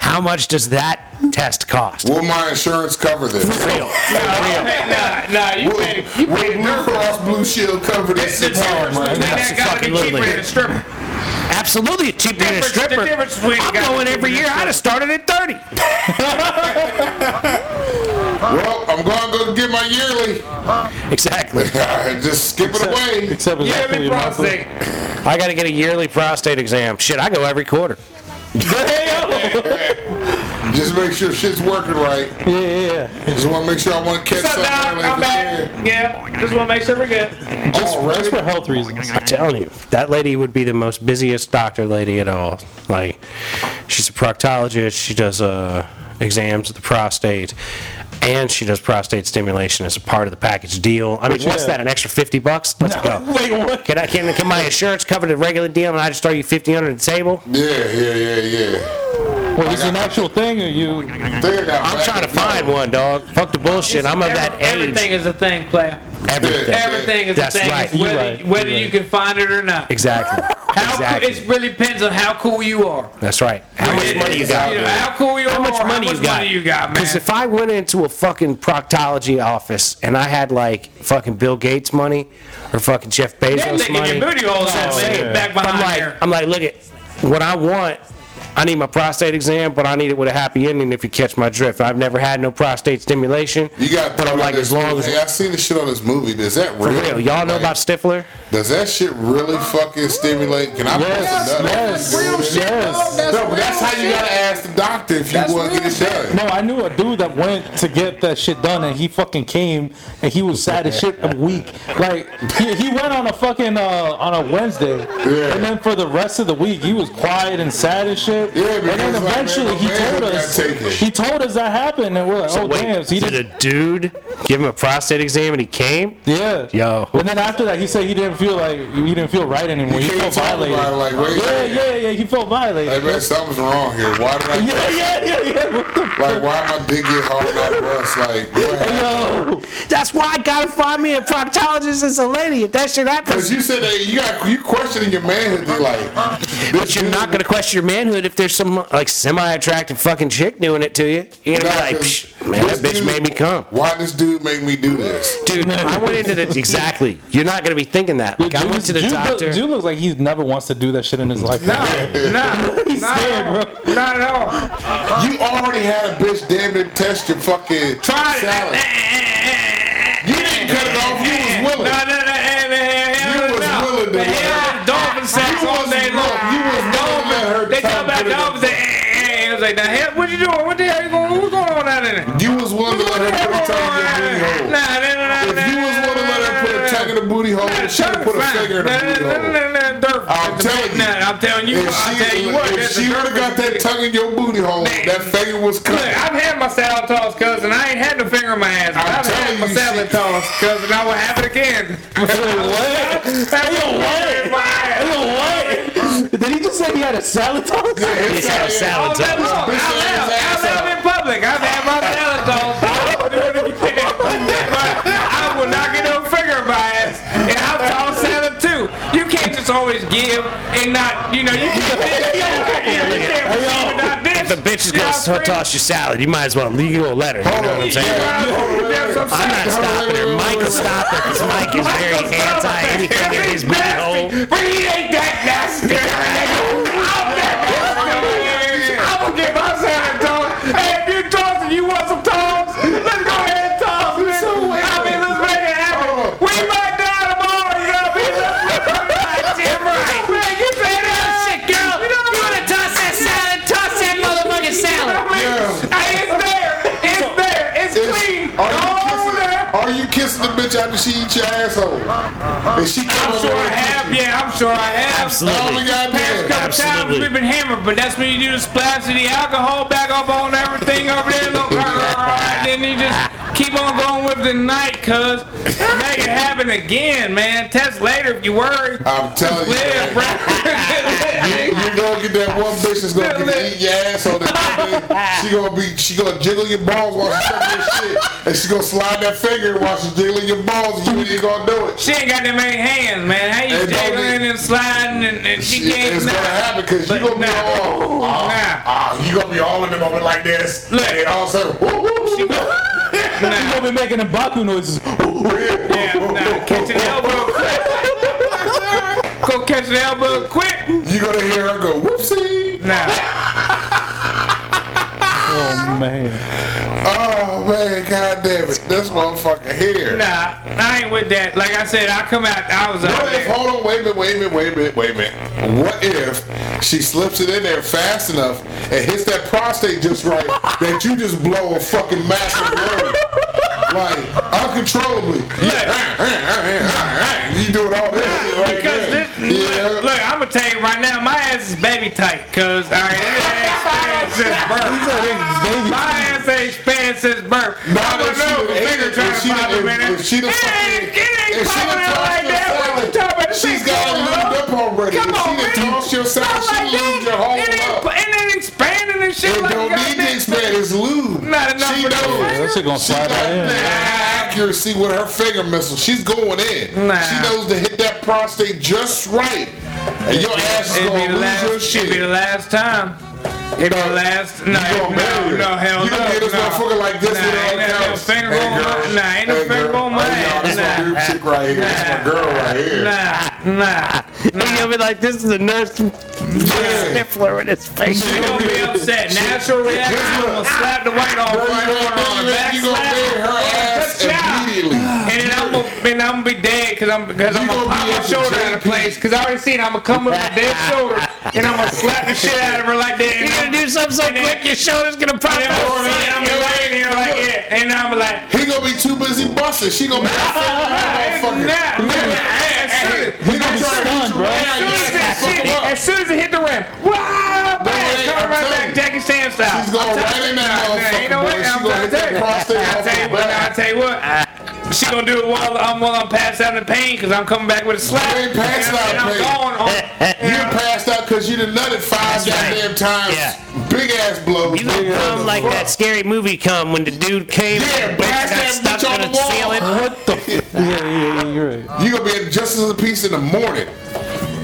[SPEAKER 1] How much does that test cost?
[SPEAKER 4] Will my insurance cover this?
[SPEAKER 1] Real.
[SPEAKER 2] Nah, nah, you
[SPEAKER 4] Will,
[SPEAKER 2] paid you
[SPEAKER 4] will
[SPEAKER 2] paid
[SPEAKER 4] Blue Cross Blue Shield cover this?
[SPEAKER 2] It's the difference between that
[SPEAKER 1] That's
[SPEAKER 2] guy to
[SPEAKER 1] fucking
[SPEAKER 2] be cheaper
[SPEAKER 1] literally.
[SPEAKER 2] than a stripper.
[SPEAKER 1] Absolutely cheaper than a
[SPEAKER 2] Difference- the
[SPEAKER 1] stripper.
[SPEAKER 2] difference between
[SPEAKER 1] I'm
[SPEAKER 2] guys
[SPEAKER 1] going
[SPEAKER 2] and
[SPEAKER 1] every
[SPEAKER 2] different
[SPEAKER 1] year. I'd have started at 30.
[SPEAKER 4] Well, I'm gonna go get my yearly.
[SPEAKER 1] [laughs]
[SPEAKER 4] [laughs]
[SPEAKER 1] Exactly.
[SPEAKER 4] Just skip it away.
[SPEAKER 3] Except it's
[SPEAKER 2] You
[SPEAKER 3] not
[SPEAKER 2] hear
[SPEAKER 3] for
[SPEAKER 2] me,
[SPEAKER 3] you, not for-
[SPEAKER 2] prostate?
[SPEAKER 1] I got to get a yearly prostate exam. Shit, I go every quarter.
[SPEAKER 4] Just make sure shit's working right.
[SPEAKER 3] [laughs] Yeah, yeah, yeah.
[SPEAKER 4] Just want to make sure I want to catch
[SPEAKER 2] What's up,
[SPEAKER 4] something.
[SPEAKER 2] dog?
[SPEAKER 4] like
[SPEAKER 2] I'm
[SPEAKER 4] this.
[SPEAKER 2] back. Yeah, just want to make sure we're good.
[SPEAKER 4] Oh,
[SPEAKER 3] Just, just for
[SPEAKER 4] Already?
[SPEAKER 3] health reasons.
[SPEAKER 1] I'm telling you, that lady would be the most busiest doctor lady at all. Like, she's a proctologist. She does uh, exams of the prostate, and she does prostate stimulation as a part of the package deal. I mean, what's
[SPEAKER 3] Yeah.
[SPEAKER 1] that? An extra fifty bucks? Let's go.
[SPEAKER 3] Wait, what?
[SPEAKER 1] Can I can, can my insurance cover the regular deal, and I just throw you fifty under the table?
[SPEAKER 4] Yeah, yeah, yeah, yeah.
[SPEAKER 3] Wait, is it an actual thing or you?
[SPEAKER 4] I think I got
[SPEAKER 1] I'm
[SPEAKER 4] back
[SPEAKER 1] trying to
[SPEAKER 4] up now.
[SPEAKER 1] find one, dog. Fuck the bullshit. I'm of that
[SPEAKER 2] Everything
[SPEAKER 1] age.
[SPEAKER 2] is a thing, player.
[SPEAKER 1] Everything.
[SPEAKER 2] Everything is
[SPEAKER 1] That's
[SPEAKER 2] a thing.
[SPEAKER 1] right.
[SPEAKER 2] It's Whether,
[SPEAKER 3] You're right.
[SPEAKER 2] whether
[SPEAKER 3] You're
[SPEAKER 2] you
[SPEAKER 3] right.
[SPEAKER 2] can find it or
[SPEAKER 1] [laughs]
[SPEAKER 2] not.
[SPEAKER 1] Exactly.
[SPEAKER 2] How cool,
[SPEAKER 1] Exactly.
[SPEAKER 2] it really depends on how cool you are.
[SPEAKER 1] That's right. How much
[SPEAKER 2] It-
[SPEAKER 1] money you
[SPEAKER 2] it's,
[SPEAKER 1] got?
[SPEAKER 2] know, how cool you
[SPEAKER 1] How
[SPEAKER 2] are.
[SPEAKER 1] much money you got?
[SPEAKER 2] money you got, man.
[SPEAKER 1] Because if I went into a fucking proctology office and I had like fucking Bill Gates money or fucking Jeff
[SPEAKER 2] They're
[SPEAKER 1] Bezos
[SPEAKER 2] taking
[SPEAKER 1] money, Oh,
[SPEAKER 2] your booty hole out,
[SPEAKER 1] I'm
[SPEAKER 2] man.
[SPEAKER 1] saying,
[SPEAKER 2] Back behind
[SPEAKER 1] I'm like,
[SPEAKER 2] there.
[SPEAKER 1] I'm like, look at what I want. I need my prostate exam, but I need it with a happy ending. If you catch my drift, I've never had no prostate stimulation.
[SPEAKER 4] You got,
[SPEAKER 1] but I'm like, as long as
[SPEAKER 4] hey, I've seen the shit on this movie. Is that
[SPEAKER 1] for
[SPEAKER 4] real?
[SPEAKER 1] real, y'all know
[SPEAKER 4] Like,
[SPEAKER 1] about Stifler.
[SPEAKER 4] Does that shit really fucking stimulate? Can I?
[SPEAKER 3] Yes,
[SPEAKER 4] press a nut?
[SPEAKER 3] yes, yes.
[SPEAKER 4] No, but that's how you gotta ask the doctor if you
[SPEAKER 6] That's
[SPEAKER 4] want to
[SPEAKER 6] real
[SPEAKER 4] get it done.
[SPEAKER 3] No, I knew a dude that went to get that shit done, and he fucking came, and he was sad as shit a week. Like he, he went on a fucking uh, on a Wednesday,
[SPEAKER 4] Yeah.
[SPEAKER 3] and then for the rest of the week he was quiet and sad as shit.
[SPEAKER 4] Yeah,
[SPEAKER 3] and then
[SPEAKER 4] because, like,
[SPEAKER 3] eventually
[SPEAKER 4] man,
[SPEAKER 3] he
[SPEAKER 4] my
[SPEAKER 3] told
[SPEAKER 4] manhood
[SPEAKER 3] us
[SPEAKER 4] got taken.
[SPEAKER 3] he told us that happened, and we're like, oh damn, so he
[SPEAKER 1] did
[SPEAKER 3] did.
[SPEAKER 1] a dude give him a prostate exam and he came?
[SPEAKER 3] [laughs] Yeah.
[SPEAKER 1] Yo.
[SPEAKER 3] And then after that, he said he didn't feel like he didn't feel right anymore. He
[SPEAKER 4] You
[SPEAKER 3] felt
[SPEAKER 4] can't talk
[SPEAKER 3] violated.
[SPEAKER 4] about it like, wait,
[SPEAKER 3] Yeah, yeah, yeah. He felt
[SPEAKER 4] Hey
[SPEAKER 3] violated.
[SPEAKER 4] man, something's wrong here. Why did I?
[SPEAKER 3] [laughs] Yeah, yeah, yeah, yeah. What the
[SPEAKER 4] Like, why my dick get hard like rust? Like, what?
[SPEAKER 3] yo?
[SPEAKER 5] That's why I gotta find me a proctologist as a lady. If that shit happens,
[SPEAKER 4] Because you said that you got you questioning your manhood. You're like,
[SPEAKER 1] But you're not gonna question your manhood if there's some like semi-attractive fucking chick doing it to you. You're gonna be like, Psh, man, that
[SPEAKER 4] this
[SPEAKER 1] bitch
[SPEAKER 4] dude-
[SPEAKER 1] made me come.
[SPEAKER 4] Why this dude make me do this?
[SPEAKER 1] Dude, I went into the exactly. You're not gonna be thinking that. Like, I went to the
[SPEAKER 3] Dude-
[SPEAKER 1] doctor.
[SPEAKER 3] Dude, dude looks like he never wants to do that shit in his life.
[SPEAKER 2] No, no, not
[SPEAKER 3] scared,
[SPEAKER 2] at all. Not at all.
[SPEAKER 4] You already had a bitch damn near test your fucking
[SPEAKER 2] Try it.
[SPEAKER 4] salad. You didn't cut it off. You was willing.
[SPEAKER 2] No, no, no, hell, hell, hell,
[SPEAKER 4] You was
[SPEAKER 2] no.
[SPEAKER 4] willing to
[SPEAKER 2] The
[SPEAKER 4] do
[SPEAKER 2] hell,
[SPEAKER 4] it.
[SPEAKER 2] dolphin sex
[SPEAKER 4] You
[SPEAKER 2] all
[SPEAKER 4] was
[SPEAKER 2] day long.
[SPEAKER 4] willing. You was willing to let her
[SPEAKER 2] Dolphin- They talk
[SPEAKER 4] talk
[SPEAKER 2] about
[SPEAKER 4] to the-
[SPEAKER 2] dolphins. eh, eh, eh. It was like, now, hell, what you doing? What the hell you going? What's going on out there?
[SPEAKER 4] You was willing to let her put a tongue in your booty hole.
[SPEAKER 2] Nah, nah, nah, nah,
[SPEAKER 4] If you was willing to let her put a tongue in the booty hole, she would put a finger in the booty hole. I'm telling you.
[SPEAKER 2] I'm telling you.
[SPEAKER 4] If
[SPEAKER 2] I'm telling
[SPEAKER 4] she,
[SPEAKER 2] you what.
[SPEAKER 4] if
[SPEAKER 2] that's a
[SPEAKER 4] she would have got that
[SPEAKER 2] perfect-
[SPEAKER 4] tongue in your booty hole, that finger was
[SPEAKER 2] Look,
[SPEAKER 4] cut.
[SPEAKER 2] I've had my salad toss, cousin. I ain't had no finger in my ass. But
[SPEAKER 4] I'm
[SPEAKER 2] I've
[SPEAKER 4] telling
[SPEAKER 2] had my
[SPEAKER 4] you,
[SPEAKER 2] salad
[SPEAKER 4] she-
[SPEAKER 2] toss, cousin. I will have it again.
[SPEAKER 3] what?
[SPEAKER 2] That's a finger in my ass.
[SPEAKER 3] Yo, what? Did he just say he had a salad toss?
[SPEAKER 4] It's
[SPEAKER 1] had a salad.
[SPEAKER 2] All day long. Out
[SPEAKER 4] Bitch,
[SPEAKER 2] loud.
[SPEAKER 4] that's
[SPEAKER 2] Out loud
[SPEAKER 4] awesome.
[SPEAKER 2] in public. I've had my salad
[SPEAKER 1] [laughs]
[SPEAKER 2] toss. I will do it again. But I will not get no finger in my ass. And I'll toss salad too. You can't just always give and not, you know, you
[SPEAKER 1] [laughs]
[SPEAKER 2] can't bitch. You can't receive and not bitch.
[SPEAKER 1] the bitch is
[SPEAKER 2] You know
[SPEAKER 1] gonna
[SPEAKER 2] what I'm
[SPEAKER 1] s- toss you salad. You might as well leave a letter. You know what I'm
[SPEAKER 4] on,
[SPEAKER 1] saying?
[SPEAKER 4] [laughs] yeah.
[SPEAKER 1] I'm not stopping her. Mike will stop her because Mike is very anti anything in his booty hole.
[SPEAKER 2] But he ain't that nasty. I'm that nasty. I'm gonna get my salad tossed. Hey, if you toss and you want some toss, let's go ahead and toss. it. I mean, let's make it happen. We might die tomorrow, you know what I mean? Let's make it
[SPEAKER 1] [laughs]
[SPEAKER 2] right. Man, you say that shit, girl. You know what I mean?
[SPEAKER 5] toss that salad, toss that motherfucking
[SPEAKER 2] You know what I mean? [laughs] Hey, it's there. It's there. It's clean.
[SPEAKER 4] Are you,
[SPEAKER 2] All
[SPEAKER 4] kissing,
[SPEAKER 2] there. Uh,
[SPEAKER 4] are you kissing the bitch after she eat your asshole? Is she
[SPEAKER 2] I'm
[SPEAKER 4] coming
[SPEAKER 2] sure I have. Yeah, I'm sure I have.
[SPEAKER 4] Oh my
[SPEAKER 1] Absolutely.
[SPEAKER 4] god, damn.
[SPEAKER 2] Past couple times we've been hammered, but that's when you do the splash of the alcohol back up on everything over there. Look, all right, then you just keep on going with the night, cuz. Make it happen again, man. Test later if you worry.
[SPEAKER 4] I'm telling you, man.
[SPEAKER 2] Live, bro.
[SPEAKER 4] you gonna get that one bitch that's gonna get to eat your asshole. That she gonna be, she gonna jiggle your balls while she sucking your shit, and she gonna slide that finger while she's jiggling your balls. And you ain't gonna do it.
[SPEAKER 2] [laughs] She ain't got that many hands, man. How you
[SPEAKER 4] It don't
[SPEAKER 2] jiggling
[SPEAKER 4] mean-
[SPEAKER 2] and sliding and, and she can't.
[SPEAKER 4] It's gonna
[SPEAKER 2] nah.
[SPEAKER 4] happen because you
[SPEAKER 2] But
[SPEAKER 4] gonna be
[SPEAKER 2] nah.
[SPEAKER 4] all, ah, ah, you gonna be all in the moment like this,
[SPEAKER 2] Look.
[SPEAKER 4] and all of a sudden, woo, woo, woo,
[SPEAKER 2] [laughs]
[SPEAKER 3] He's gonna be making a Baku noises.
[SPEAKER 2] Yeah, nah, catch an elbow quick. Go catch an elbow quick.
[SPEAKER 4] you gonna hear her go whoopsie.
[SPEAKER 2] Nah.
[SPEAKER 3] Oh man.
[SPEAKER 4] Oh man, god damn it, this motherfucker here.
[SPEAKER 2] Nah, I ain't with that. Like I said, I come out. I was out
[SPEAKER 4] What if,
[SPEAKER 2] there.
[SPEAKER 4] hold on, wait a minute, wait a minute, wait a minute, wait a minute. What if she slips it in there fast enough and hits that prostate just right that you just blow a fucking massive load? Like, uncontrollably. Yeah. you doing all this shit right
[SPEAKER 2] Because
[SPEAKER 4] there.
[SPEAKER 2] this, look,
[SPEAKER 4] yeah.
[SPEAKER 2] I'm gonna tell you right now, my ass is baby tight. Cause all right, that ass expanded since birth. My ass ain't expanded since birth.
[SPEAKER 4] Nah,
[SPEAKER 2] I
[SPEAKER 4] if
[SPEAKER 2] don't
[SPEAKER 4] she
[SPEAKER 2] know
[SPEAKER 4] done
[SPEAKER 2] if
[SPEAKER 4] ate
[SPEAKER 2] finger
[SPEAKER 4] it, if
[SPEAKER 2] trying to
[SPEAKER 4] she done-
[SPEAKER 2] pop up in
[SPEAKER 4] if-
[SPEAKER 2] it.
[SPEAKER 4] if she
[SPEAKER 2] It
[SPEAKER 4] done
[SPEAKER 2] ain't,
[SPEAKER 4] fucking-
[SPEAKER 2] it ain't
[SPEAKER 4] if she done
[SPEAKER 2] popping out
[SPEAKER 4] tossed
[SPEAKER 2] like
[SPEAKER 4] your
[SPEAKER 2] that. What
[SPEAKER 4] salad,
[SPEAKER 2] you talking about?
[SPEAKER 4] She's got it lubed up already. If
[SPEAKER 2] Come on,
[SPEAKER 4] she done
[SPEAKER 2] man.
[SPEAKER 4] tossed your salad,
[SPEAKER 2] Not
[SPEAKER 4] she
[SPEAKER 2] like
[SPEAKER 4] lubed
[SPEAKER 2] that.
[SPEAKER 4] your whole
[SPEAKER 2] It
[SPEAKER 4] up.
[SPEAKER 2] ain't- It ain't expanding and shit
[SPEAKER 4] It
[SPEAKER 2] like
[SPEAKER 4] don't
[SPEAKER 2] that.
[SPEAKER 4] need to expand, it's lube.
[SPEAKER 2] Not enough
[SPEAKER 4] She
[SPEAKER 2] for that
[SPEAKER 4] knows.
[SPEAKER 2] finger.
[SPEAKER 3] That shit gonna
[SPEAKER 4] She
[SPEAKER 3] slide
[SPEAKER 4] got
[SPEAKER 3] right in.
[SPEAKER 4] that accuracy with her finger missile. She's going in.
[SPEAKER 2] Nah.
[SPEAKER 4] She knows to hit that prostate just right. And your ass is
[SPEAKER 2] It'd be
[SPEAKER 4] going to
[SPEAKER 2] the
[SPEAKER 4] lose
[SPEAKER 2] last.
[SPEAKER 4] your
[SPEAKER 2] It'd be the
[SPEAKER 4] shit.
[SPEAKER 2] last time. It'd be the last. No,
[SPEAKER 4] you gonna marry
[SPEAKER 2] no,
[SPEAKER 4] her.
[SPEAKER 2] no, hell
[SPEAKER 4] You
[SPEAKER 2] no.
[SPEAKER 4] gonna get this
[SPEAKER 2] no.
[SPEAKER 4] motherfucker like this
[SPEAKER 2] Nah,
[SPEAKER 4] with all
[SPEAKER 2] ain't no
[SPEAKER 4] counts.
[SPEAKER 2] finger
[SPEAKER 4] Hey,
[SPEAKER 2] on my-
[SPEAKER 4] girl.
[SPEAKER 2] nah, ain't no
[SPEAKER 4] Hey,
[SPEAKER 2] finger
[SPEAKER 4] girl.
[SPEAKER 2] on my
[SPEAKER 4] Hey, y'all,
[SPEAKER 2] ass,
[SPEAKER 4] this
[SPEAKER 2] nah.
[SPEAKER 4] gonna be chick right here. This my girl right here.
[SPEAKER 2] Nah, nah.
[SPEAKER 5] And you'll be like, this is a nurse
[SPEAKER 4] Yeah.
[SPEAKER 5] sniffler in his face.
[SPEAKER 2] She gonna be upset. Natural reaction. I'm gonna slap the white off
[SPEAKER 4] Bro,
[SPEAKER 2] right
[SPEAKER 4] you
[SPEAKER 2] corner
[SPEAKER 4] gonna
[SPEAKER 2] on the back
[SPEAKER 4] bang- you gonna
[SPEAKER 2] slap.
[SPEAKER 4] bang her ass
[SPEAKER 2] Good job.
[SPEAKER 4] immediately.
[SPEAKER 2] And then I'm gonna, and I'm gonna be dead because I'm because I'm
[SPEAKER 4] You
[SPEAKER 2] gonna
[SPEAKER 4] gonna
[SPEAKER 2] pop
[SPEAKER 4] be
[SPEAKER 2] my
[SPEAKER 4] at the
[SPEAKER 2] shoulder out of
[SPEAKER 4] JP.
[SPEAKER 2] place because I already seen I'm gonna come with my dead shoulder and I'm gonna slap the shit out of her like that.
[SPEAKER 5] You're gonna do something so
[SPEAKER 2] And then-
[SPEAKER 5] quick, your shoulder's gonna pop
[SPEAKER 2] And then I'm
[SPEAKER 5] out.
[SPEAKER 2] gonna be laying here like yeah, and I'm like.
[SPEAKER 4] He gonna be too busy busting. She gonna be
[SPEAKER 2] Hey,
[SPEAKER 4] motherfucker.
[SPEAKER 2] nah, nah, as soon as-
[SPEAKER 4] He gonna try to hit you
[SPEAKER 3] Stunned, bro.
[SPEAKER 4] right now.
[SPEAKER 2] as soon
[SPEAKER 4] You
[SPEAKER 2] as
[SPEAKER 4] gotta
[SPEAKER 2] that
[SPEAKER 4] fuck
[SPEAKER 2] shit-
[SPEAKER 4] him up.
[SPEAKER 2] as soon as it hit the rim, wow, bam,
[SPEAKER 4] wait,
[SPEAKER 2] come
[SPEAKER 4] I'm
[SPEAKER 2] right
[SPEAKER 4] telling
[SPEAKER 2] back,
[SPEAKER 4] you.
[SPEAKER 2] Jackie Chan style.
[SPEAKER 4] She's going
[SPEAKER 2] I'm
[SPEAKER 4] right
[SPEAKER 2] telling
[SPEAKER 4] in that
[SPEAKER 2] you, nah, You know
[SPEAKER 4] motherfucker, boy.
[SPEAKER 2] what?
[SPEAKER 4] She
[SPEAKER 2] I'm
[SPEAKER 4] gonna hit that prostate
[SPEAKER 2] I
[SPEAKER 4] off
[SPEAKER 2] tell you
[SPEAKER 4] her
[SPEAKER 2] what,
[SPEAKER 4] back.
[SPEAKER 2] I tell you what. She gonna do it while I'm while I'm passed out in pain because I'm coming back with a slap.
[SPEAKER 4] You ain't passed
[SPEAKER 2] and I'm-
[SPEAKER 4] out
[SPEAKER 2] and I'm
[SPEAKER 4] in pain.
[SPEAKER 2] going on.
[SPEAKER 4] You done passed out because you done nutted five
[SPEAKER 5] right.
[SPEAKER 4] goddamn times.
[SPEAKER 5] Yeah.
[SPEAKER 4] Big ass blows.
[SPEAKER 5] You gonna
[SPEAKER 4] Big ass
[SPEAKER 5] come like
[SPEAKER 4] fuck.
[SPEAKER 5] that scary movie come when the dude came
[SPEAKER 4] Yeah,
[SPEAKER 5] and
[SPEAKER 4] blast
[SPEAKER 5] got
[SPEAKER 4] that
[SPEAKER 5] stuck
[SPEAKER 4] bitch on
[SPEAKER 5] in
[SPEAKER 4] the wall.
[SPEAKER 5] ceiling.
[SPEAKER 3] What the? F- yeah, yeah, yeah, you're right.
[SPEAKER 4] [laughs] You gonna be in justice of the peace in the morning.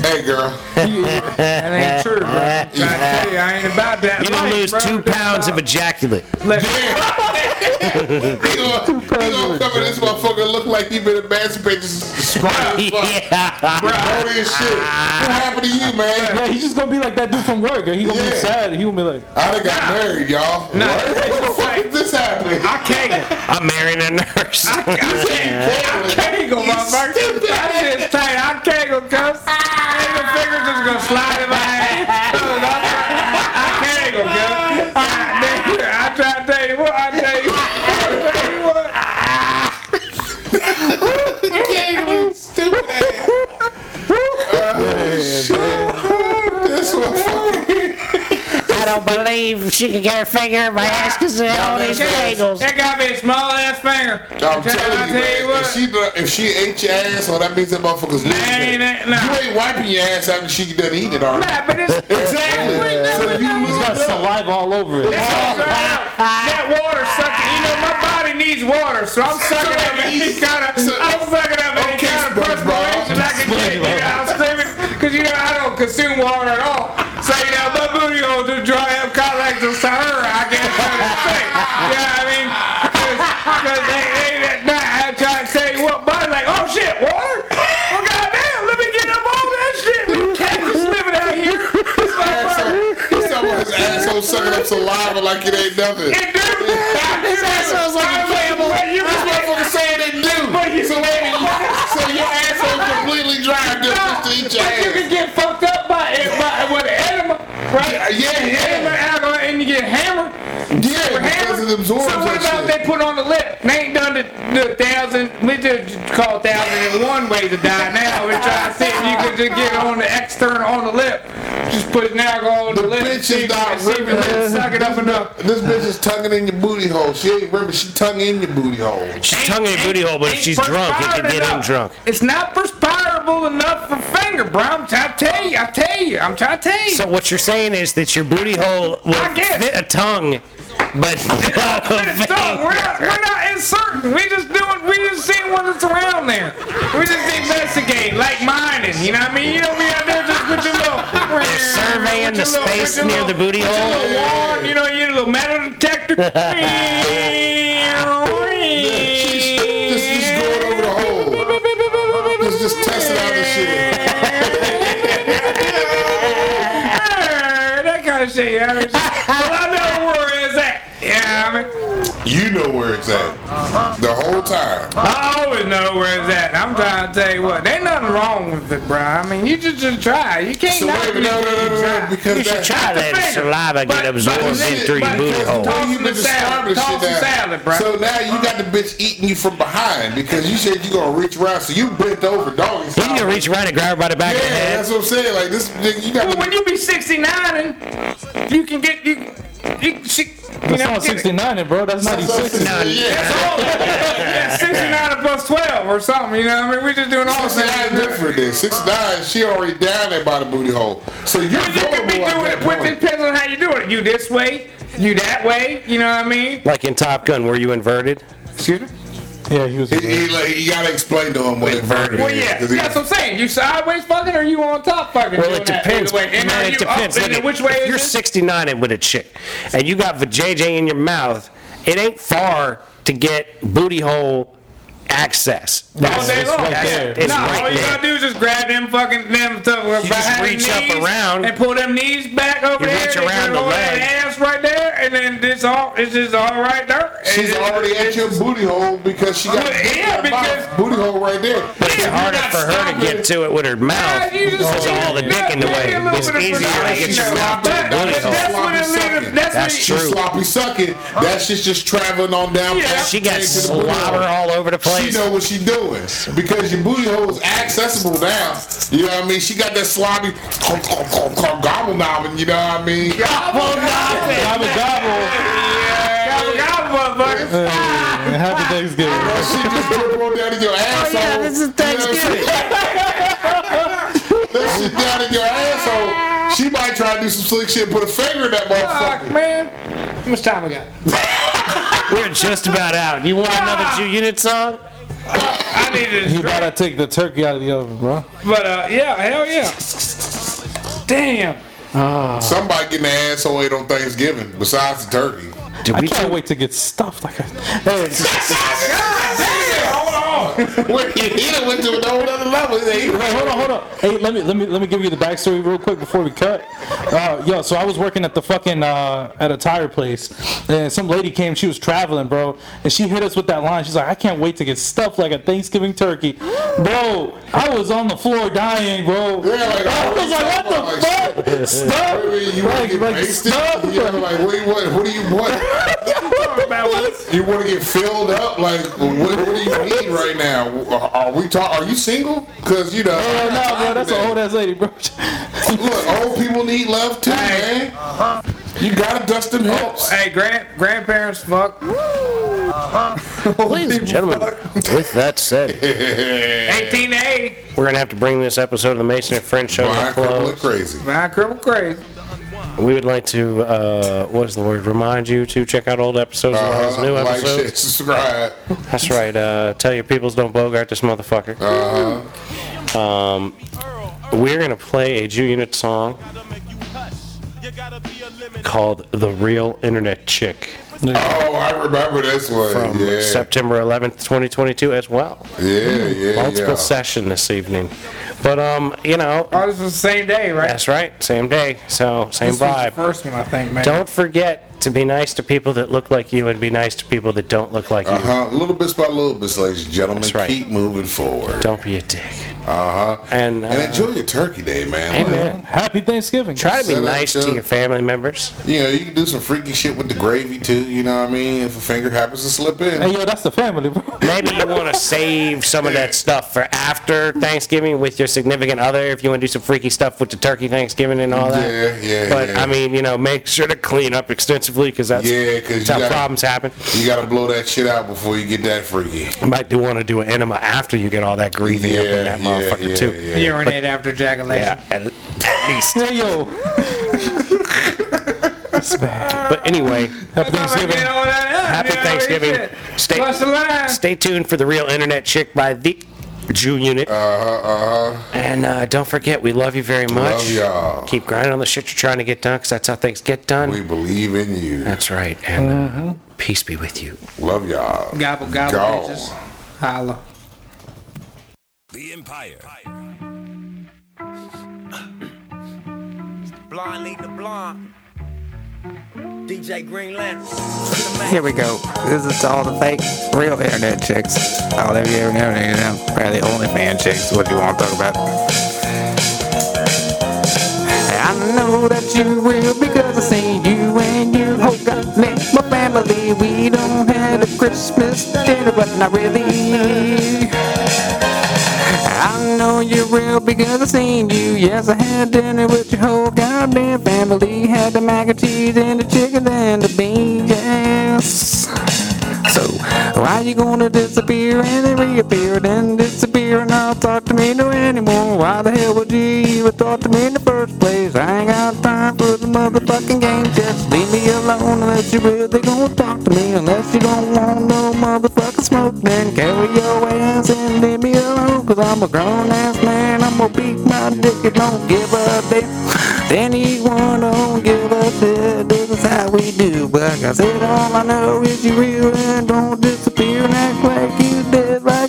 [SPEAKER 4] Hey girl.
[SPEAKER 2] That ain't true, bro. I'm trying to tell you, I ain't about that.
[SPEAKER 5] You're gonna
[SPEAKER 2] life,
[SPEAKER 5] lose
[SPEAKER 2] bro.
[SPEAKER 5] two
[SPEAKER 2] That's
[SPEAKER 5] pounds of
[SPEAKER 2] about-
[SPEAKER 1] [laughs]
[SPEAKER 5] ejaculate.
[SPEAKER 4] He gonna, he gonna come in this motherfucker and look like he been
[SPEAKER 5] [laughs]
[SPEAKER 4] emancipated, strong as fuck.
[SPEAKER 5] Yeah.
[SPEAKER 4] Brody and shit. What happened to you, man?
[SPEAKER 3] Yeah, he's just gonna be like that dude from work. and He gonna be
[SPEAKER 4] Yeah.
[SPEAKER 3] sad. and He gonna be like,
[SPEAKER 4] I done got married, y'all.
[SPEAKER 2] Nah.
[SPEAKER 4] What? What [laughs] the fuck is this happening?
[SPEAKER 2] I can't.
[SPEAKER 5] I'm marrying a nurse.
[SPEAKER 2] I can't, I can't go, motherfucker. That shit's tight. I can't go, cuz. And the fingers just gonna slide in my ass. I can't go, cuz. Ah, nigga, I try to tell you what, I tell you, I tell you what.
[SPEAKER 4] Stupid ass. This motherfucker.
[SPEAKER 5] I [laughs] don't believe she can get her finger in my ass because of all these angles.
[SPEAKER 2] That got me a small ass finger.
[SPEAKER 4] I'm telling
[SPEAKER 2] I
[SPEAKER 4] you,
[SPEAKER 2] tell you
[SPEAKER 4] man,
[SPEAKER 2] what.
[SPEAKER 4] if she, done- if she ate your asshole, that means that motherfucker's
[SPEAKER 2] That
[SPEAKER 4] losing
[SPEAKER 2] ain't
[SPEAKER 4] it.
[SPEAKER 2] it, nah.
[SPEAKER 4] You ain't wiping your ass after she done eating it already.
[SPEAKER 2] Nah,
[SPEAKER 4] [laughs]
[SPEAKER 2] but it's exactly.
[SPEAKER 4] So you
[SPEAKER 3] he's got
[SPEAKER 4] lose it.
[SPEAKER 3] saliva all over it.
[SPEAKER 2] That's all I'm trying out. [laughs] That water sucking. You know, my body needs water, so I'm sucking up any kind of.
[SPEAKER 4] So-
[SPEAKER 2] I'm sucking up any
[SPEAKER 4] Okay,
[SPEAKER 2] kind of
[SPEAKER 4] SpongeBob.
[SPEAKER 2] perspiration I can get. You know, I'm screaming because you know I don't consume water at all. So you know, my booty hole just dry up kind of like the Sahara. I can't tell the thing. You know what I mean? Because they, they, that night I try to tell you what, body's like, oh shit, water. Well, goddamn, let me get up all that shit. Can't just live it out here. It's my body.
[SPEAKER 4] He's talking about his asshole sucking up saliva like it ain't nothing.
[SPEAKER 2] It do. His asshole's like a camel. You
[SPEAKER 4] This motherfucker saying it do. So, wait a minute. so your asshole completely dry and just to eat your
[SPEAKER 2] But you
[SPEAKER 4] ass.
[SPEAKER 2] can get fucked up by it by with enema, right?
[SPEAKER 4] Yeah, yeah.
[SPEAKER 2] Enema, alcohol, and you get hammered.
[SPEAKER 4] Yeah,
[SPEAKER 2] hammered.
[SPEAKER 4] because it absorbs
[SPEAKER 2] so what
[SPEAKER 4] that
[SPEAKER 2] about
[SPEAKER 4] shit.
[SPEAKER 2] they put on the lip? They ain't done the, the thousand. We just call thousand and one way to die now. We're trying to see if you could just get on the external on the lip. Just put an alcohol on the,
[SPEAKER 4] The
[SPEAKER 2] lip.
[SPEAKER 4] bitch
[SPEAKER 2] and
[SPEAKER 4] is
[SPEAKER 2] see if-
[SPEAKER 4] not
[SPEAKER 2] and see if
[SPEAKER 4] ripping
[SPEAKER 2] it
[SPEAKER 4] it.
[SPEAKER 2] Suck it up enough.
[SPEAKER 4] This bitch is tonguing in your booty hole. She ain't ripping, she tongue in your booty hole.
[SPEAKER 5] She's tongue in a booty hole, but if
[SPEAKER 2] Ain't
[SPEAKER 5] she's drunk, it can
[SPEAKER 2] perspired
[SPEAKER 5] get him
[SPEAKER 2] enough.
[SPEAKER 5] drunk.
[SPEAKER 2] It's not perspirable enough for finger, bro. I'm trying to tell you. I tell you. I'm trying to tell you.
[SPEAKER 5] So what you're saying is that your booty hole
[SPEAKER 2] I
[SPEAKER 5] will
[SPEAKER 2] guess.
[SPEAKER 5] fit a tongue, but not a
[SPEAKER 2] It's done.
[SPEAKER 5] vein.
[SPEAKER 2] We're not, we're not inserting. We just doing. We just seeing what is around there. We just investigate, like mining. You know what I mean? You don't be out there just with your little. [laughs]
[SPEAKER 5] Surveying the
[SPEAKER 2] with your little-
[SPEAKER 5] space
[SPEAKER 2] with your
[SPEAKER 5] near the
[SPEAKER 2] little-
[SPEAKER 5] booty hole.
[SPEAKER 2] little wand, You know, you little
[SPEAKER 5] [laughs]
[SPEAKER 2] metal detector.
[SPEAKER 4] She's just, just going over the hole. Just, just testing out this shit.
[SPEAKER 2] that kind of shit. Yeah. Well, I know where is that. Yeah, I mean,
[SPEAKER 4] You know where it's
[SPEAKER 2] Uh-huh.
[SPEAKER 4] at. The whole time.
[SPEAKER 2] I always know where it's at. I'm trying to tell you what, there ain't nothing wrong with it, bro. I mean, you just, just try. You can't
[SPEAKER 4] So
[SPEAKER 2] knock
[SPEAKER 4] wait a
[SPEAKER 2] it.
[SPEAKER 4] minute. No, no, no, no, no. Because
[SPEAKER 5] You should
[SPEAKER 4] that,
[SPEAKER 5] try
[SPEAKER 2] Not the
[SPEAKER 5] that
[SPEAKER 2] finger.
[SPEAKER 5] saliva
[SPEAKER 2] But-
[SPEAKER 5] get absorbed
[SPEAKER 2] but-
[SPEAKER 5] in through your
[SPEAKER 2] but-
[SPEAKER 5] booty hole.
[SPEAKER 2] Toss
[SPEAKER 4] Well, you
[SPEAKER 2] some
[SPEAKER 4] been
[SPEAKER 2] salad.
[SPEAKER 4] describing this
[SPEAKER 2] Toss
[SPEAKER 4] shit
[SPEAKER 2] some
[SPEAKER 4] now.
[SPEAKER 2] salad, bro.
[SPEAKER 4] So now you got the bitch eating you from behind because you said you gonna reach around. So you bent over, doggy.
[SPEAKER 5] He's gonna reach around and grab her by the back
[SPEAKER 4] Yeah,
[SPEAKER 5] of the head.
[SPEAKER 4] that's what I'm saying. Like this, nigga, you got
[SPEAKER 2] Well,
[SPEAKER 4] the [laughs]
[SPEAKER 2] when you be 69 and you can get you, you, she, you
[SPEAKER 3] That's
[SPEAKER 2] know,
[SPEAKER 3] not
[SPEAKER 2] get it.
[SPEAKER 3] 69, bro. That's 96.
[SPEAKER 5] No.
[SPEAKER 4] Yeah,
[SPEAKER 2] Oh, yeah, [laughs] 69 plus 12 or something. You know, what I mean, we just doing all
[SPEAKER 4] I'm saying that's
[SPEAKER 2] that.
[SPEAKER 4] different. Then six nine, she already down there by the booty hole. So you're
[SPEAKER 2] You could
[SPEAKER 4] vulnerable
[SPEAKER 2] be doing
[SPEAKER 4] at
[SPEAKER 2] it, which
[SPEAKER 4] that point.
[SPEAKER 2] depends on how you do it. You this way, you that way. You know what I mean?
[SPEAKER 5] Like in Top Gun, were you inverted?
[SPEAKER 2] Excuse me.
[SPEAKER 3] Yeah, he was.
[SPEAKER 4] He, he, like, you gotta explain to him what inverted
[SPEAKER 2] Well,
[SPEAKER 4] is.
[SPEAKER 2] yeah,
[SPEAKER 4] 'cause he-
[SPEAKER 2] that's what I'm saying. You sideways fucking, or you on top fucking?
[SPEAKER 5] Well,
[SPEAKER 2] doing
[SPEAKER 5] it
[SPEAKER 2] that
[SPEAKER 5] depends.
[SPEAKER 2] either way. And
[SPEAKER 5] man,
[SPEAKER 2] are
[SPEAKER 5] it
[SPEAKER 2] you
[SPEAKER 5] depends.
[SPEAKER 2] Up, and
[SPEAKER 5] Look,
[SPEAKER 2] which way
[SPEAKER 5] if
[SPEAKER 2] is
[SPEAKER 5] you're
[SPEAKER 2] it?
[SPEAKER 5] 69 and with a chick, and you got vajayjay in your mouth, it ain't far to get booty hole
[SPEAKER 1] access.
[SPEAKER 2] all day long.
[SPEAKER 3] right there.
[SPEAKER 1] It's
[SPEAKER 2] no,
[SPEAKER 1] right
[SPEAKER 2] all you
[SPEAKER 1] there.
[SPEAKER 2] gotta do is just grab them fucking them stuff behind
[SPEAKER 1] just
[SPEAKER 2] the
[SPEAKER 1] reach up
[SPEAKER 2] knees
[SPEAKER 1] around.
[SPEAKER 2] and pull them knees back over
[SPEAKER 1] You
[SPEAKER 2] there.
[SPEAKER 1] reach
[SPEAKER 2] and
[SPEAKER 1] around the
[SPEAKER 2] hold that
[SPEAKER 1] leg.
[SPEAKER 2] ass right there, and then this all it's just all right there.
[SPEAKER 4] She's
[SPEAKER 2] It's-
[SPEAKER 4] already at your booty hole because she got
[SPEAKER 2] Yeah, because-
[SPEAKER 4] booty hole right there.
[SPEAKER 1] But it's
[SPEAKER 2] Yeah,
[SPEAKER 1] harder
[SPEAKER 2] you're not
[SPEAKER 1] for her to
[SPEAKER 2] stopping.
[SPEAKER 1] get to it with her mouth.
[SPEAKER 2] Yeah, you just-
[SPEAKER 1] Because all the dick in the
[SPEAKER 2] Yeah,
[SPEAKER 1] way.
[SPEAKER 2] maybe a little
[SPEAKER 1] It's
[SPEAKER 2] bit of
[SPEAKER 1] easier to
[SPEAKER 2] pronunciation,
[SPEAKER 1] get your mouth to
[SPEAKER 2] but-
[SPEAKER 1] the booty
[SPEAKER 2] but
[SPEAKER 1] hole.
[SPEAKER 2] That's what it leaves.
[SPEAKER 1] That's
[SPEAKER 2] That's, what
[SPEAKER 1] true.
[SPEAKER 2] it-
[SPEAKER 4] She's sloppy sucking. That shit's just traveling on down.
[SPEAKER 2] Yeah.
[SPEAKER 4] past
[SPEAKER 1] She got
[SPEAKER 4] the booty hole.
[SPEAKER 1] slobber all over the
[SPEAKER 4] She
[SPEAKER 1] place.
[SPEAKER 4] know what she doing because your booty hole is accessible now. You know what I mean? She got that sloppy gobble knobbing. You know what I mean?
[SPEAKER 3] Gobble gobble.
[SPEAKER 2] Gobble, gobble, motherfucker.
[SPEAKER 3] And [laughs] happy Thanksgiving.
[SPEAKER 4] That shit just drip on down to your asshole.
[SPEAKER 1] yeah, this is
[SPEAKER 4] You know what I'm
[SPEAKER 1] Thanksgiving.
[SPEAKER 4] saying? [laughs] that shit down in your asshole. She might try to do some slick shit, put a finger in that
[SPEAKER 2] Fuck,
[SPEAKER 4] motherfucker.
[SPEAKER 2] man. How much time we got?
[SPEAKER 1] We're just about out. You want another two unit song?
[SPEAKER 2] I need to
[SPEAKER 3] You gotta take the turkey out of the oven, bro.
[SPEAKER 2] But uh, yeah, hell yeah. Damn.
[SPEAKER 4] Somebody getting their asshole ate on Thanksgiving besides the turkey.
[SPEAKER 1] Did
[SPEAKER 3] I
[SPEAKER 1] we
[SPEAKER 3] can't
[SPEAKER 1] do-
[SPEAKER 3] wait to get stuffed like a.
[SPEAKER 2] God damn. Hold on.
[SPEAKER 4] Wait, he done went to a whole other level. He ain't-
[SPEAKER 3] Hey, hold on, hold on. Hey, let me let me let me give you the backstory real quick before we cut. Uh, yo, so I was working at the fucking uh, at a tire place, and some lady came. She was traveling, bro, and she hit us with that line. She's like, "I can't wait to get stuffed like a Thanksgiving turkey, bro." I was on the floor dying, bro.
[SPEAKER 4] Yeah, like,
[SPEAKER 3] I was like, "What the fuck?
[SPEAKER 4] I mean,
[SPEAKER 3] Stuffed?
[SPEAKER 4] You want
[SPEAKER 3] Like,
[SPEAKER 4] to get
[SPEAKER 3] like
[SPEAKER 4] wasted?
[SPEAKER 3] stuffed?"
[SPEAKER 4] [laughs] Yeah, like what do you want? What do you want? You want to get filled up? Like what, what do you need right now? Are- Are we talk? Are you single? Because you know.
[SPEAKER 3] Hell no, bro. That's an old ass lady, bro.
[SPEAKER 4] Look, old people need love too,
[SPEAKER 2] Hey.
[SPEAKER 4] man.
[SPEAKER 1] Uh-huh.
[SPEAKER 4] You gotta dust them
[SPEAKER 1] Oh,
[SPEAKER 4] hips.
[SPEAKER 2] Hey, grand grandparents, fuck.
[SPEAKER 1] Ladies and gentlemen, with that said,
[SPEAKER 2] 1880.
[SPEAKER 1] we're going to have to bring this episode of the Mason and Friend Show to a
[SPEAKER 4] Brian Crumble look
[SPEAKER 1] close.
[SPEAKER 4] crazy.
[SPEAKER 2] Man, cripple crazy.
[SPEAKER 1] We would like to, uh, what is the word, remind you to check out old episodes as
[SPEAKER 2] Uh-huh,
[SPEAKER 1] well as
[SPEAKER 4] Uh,
[SPEAKER 1] new
[SPEAKER 4] like,
[SPEAKER 1] episodes.
[SPEAKER 4] shit, subscribe.
[SPEAKER 1] That's right. Uh, tell your peoples don't bogart this motherfucker.
[SPEAKER 2] Uh-huh.
[SPEAKER 4] Uh,
[SPEAKER 1] We're going to play a Jew Unit song called The Real Internet Chick
[SPEAKER 4] oh, I remember this one.
[SPEAKER 1] from
[SPEAKER 4] yeah,
[SPEAKER 1] September 11th, 2022 as well.
[SPEAKER 4] yeah, yeah,
[SPEAKER 1] Multiple
[SPEAKER 4] yeah.
[SPEAKER 1] session this evening. But, um, you know,
[SPEAKER 2] Oh, this was the same day, right?
[SPEAKER 1] that's right. Same day. So, same
[SPEAKER 2] This was the
[SPEAKER 1] vibe.
[SPEAKER 2] first one, I think, man.
[SPEAKER 1] Don't forget to be nice to people that look like you and be nice to people that don't look like you.
[SPEAKER 4] Uh-huh. Little bits by little bits, ladies and gentlemen.
[SPEAKER 1] That's right.
[SPEAKER 4] Keep moving forward.
[SPEAKER 1] Don't be a dick.
[SPEAKER 4] Uh huh.
[SPEAKER 1] And, uh,
[SPEAKER 4] And enjoy your turkey day, man.
[SPEAKER 1] hey,
[SPEAKER 4] Like,
[SPEAKER 1] man,
[SPEAKER 3] Happy Thanksgiving.
[SPEAKER 1] try to be
[SPEAKER 4] Set up
[SPEAKER 1] nice to
[SPEAKER 4] shop.
[SPEAKER 1] your family members.
[SPEAKER 4] You know, you can do some freaky shit with the gravy too. You know what I mean? If a finger happens to slip in,
[SPEAKER 3] Hey, yo, that's the family, bro. [laughs]
[SPEAKER 1] Maybe you want to save some of that stuff for after Thanksgiving with your significant other if you want to do some freaky stuff with the turkey Thanksgiving and all that.
[SPEAKER 4] Yeah, yeah,
[SPEAKER 1] But
[SPEAKER 4] yeah.
[SPEAKER 1] I mean, you know, make sure to clean up extensively because that's,
[SPEAKER 4] Yeah, 'cause
[SPEAKER 1] that's
[SPEAKER 4] you
[SPEAKER 1] how
[SPEAKER 4] gotta-
[SPEAKER 1] problems happen.
[SPEAKER 4] you gotta blow that shit out before you get that freaky.
[SPEAKER 1] You might do want to do an enema after you get all that grieving up in that motherfucker too.
[SPEAKER 4] yeah.
[SPEAKER 2] urinate after ejaculation.
[SPEAKER 1] Yeah, at least.
[SPEAKER 3] Hey, yo.
[SPEAKER 1] But anyway,
[SPEAKER 3] Happy
[SPEAKER 2] Thanksgiving.
[SPEAKER 3] Thanksgiving.
[SPEAKER 1] happy Thanksgiving.
[SPEAKER 2] Plus the
[SPEAKER 1] Stay
[SPEAKER 2] line.
[SPEAKER 1] stay tuned for the real internet chick by the Jew Unit.
[SPEAKER 4] Uh-huh. Uh huh.
[SPEAKER 1] And uh, don't forget, we love you very much.
[SPEAKER 4] Love y'all.
[SPEAKER 1] Keep grinding on the shit you're trying to get done, 'cause that's how things get done.
[SPEAKER 4] We believe in you.
[SPEAKER 1] that's right. And uh, peace be with you.
[SPEAKER 4] Love y'all.
[SPEAKER 2] Gobble, gobble,
[SPEAKER 4] Gone.
[SPEAKER 2] bitches. Holla.
[SPEAKER 6] The Empire. Blonde lead the blonde. DJ Green Lantern.
[SPEAKER 7] Here we go. This is to all the fake, real internet chicks. Oh, they be every internet, you know. Probably the OnlyFans chicks, what you want to talk about. I know that you real because I seen you and you whole got me. My family, we don't have a Christmas dinner, but not really. I know you're real because I seen you. Yes, I had dinner with your whole goddamn family. Had the mac and cheese and the chicken and the beans. Yes. So why you gonna disappear and then reappear then disappear and not talk to me no anymore? Why the hell would you even talk to me in the first place? I ain't got time for the motherfucking game. Just leave me alone unless you really gonna talk to me. Unless you don't want no motherfucking smoke, then carry your ass and leave me alone. Cause I'm a grown ass man. I'm gonna beat my dick and don't give a damn. Anyone don't give a shit. This is how we do. But like I said, all I know is you real and don't disappear and act like you did like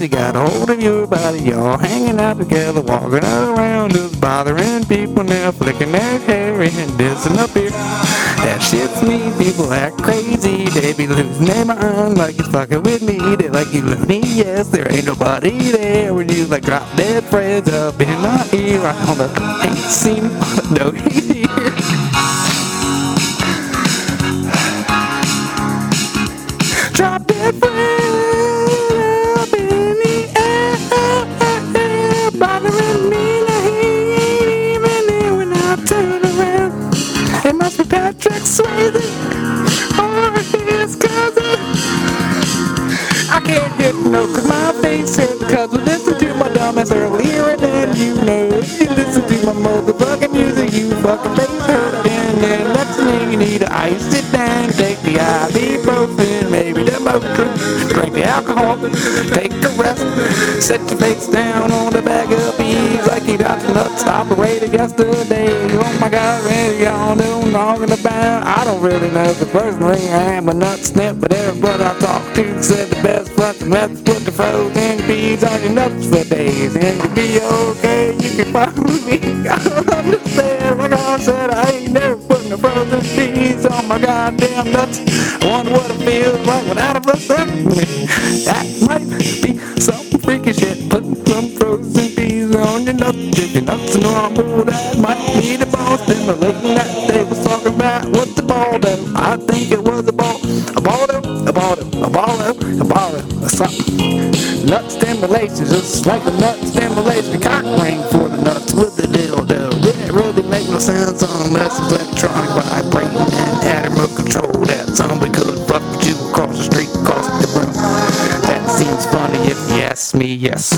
[SPEAKER 7] he got a hold of your body. Y'all hanging out together, walking around, just bothering people now, flicking their hair and dissing up here. That shit's me, people act crazy. They be losing their mind like you fucking with me. They like you loony, yes, there ain't nobody there. When you like drop dead friends up in my ear, I don't know, ain't seen, [laughs] no, he's here. Drop that friend up in the air, bothering me. Now he ain't even there when I turn around. It must be Patrick Swayze or his cousin. I can't hit no, cause my face hurt because you listen to my dumb ass earlier than you know. If you listen to my motherfucking music, you fucking face hurt. And then next thing you need to ice it down, take the ibuprofen, maybe the Motrin, drink the alcohol, take a rest, set your face down on the bag of peas like you got nuts operated yesterday. Oh my god, man, y'all know what I'm talking about. I don't really know, but personally, I am a nut snip, but everybody I talked to said the best fucking methods put the frozen peas on your nuts for days, and you'll be okay. You can follow me. I don't understand. Like I said, I ain't never putting the frozen peas on my goddamn nuts. I wonder what it feels like without a frozen. That might be some freaky shit. Putting some frozen peas on your nuts. If your nuts are normal, that might be the ball stimulating that they was talking about. What's the ball though? I think it was a ball. A ball though? A ball though? A ball though? A ball though? Or something. Nut stimulation, just like a nut stimulation cock ring for the nuts with the dildo. It really make no sense unless it's electronic vibrating and animal control. That zombie could fuck with you across the street, across the room. That seems funny if you ask me, yes.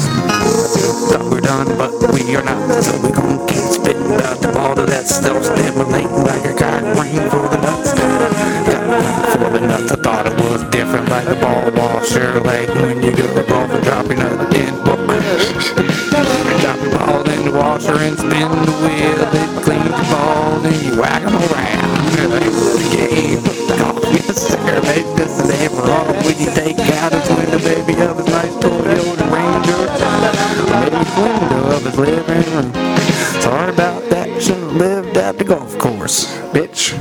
[SPEAKER 7] Thought we're done, but we are not. So we gon' keep spitting out the ball of that self stimulating like a cock ring for the nuts. Got for the nuts, I thought it was different like a ball washer. Like when you go to ball for dropping up in book. Drop the ball in the washer and spin the wheel. Then clean the ball, then you whack 'em around. The game, coffee, a cigarette, this and that. For all when you take out his window, baby, of his nice Toyota Ranger. Baby, window of his living room. Sorry about that, should've lived at the golf course, bitch.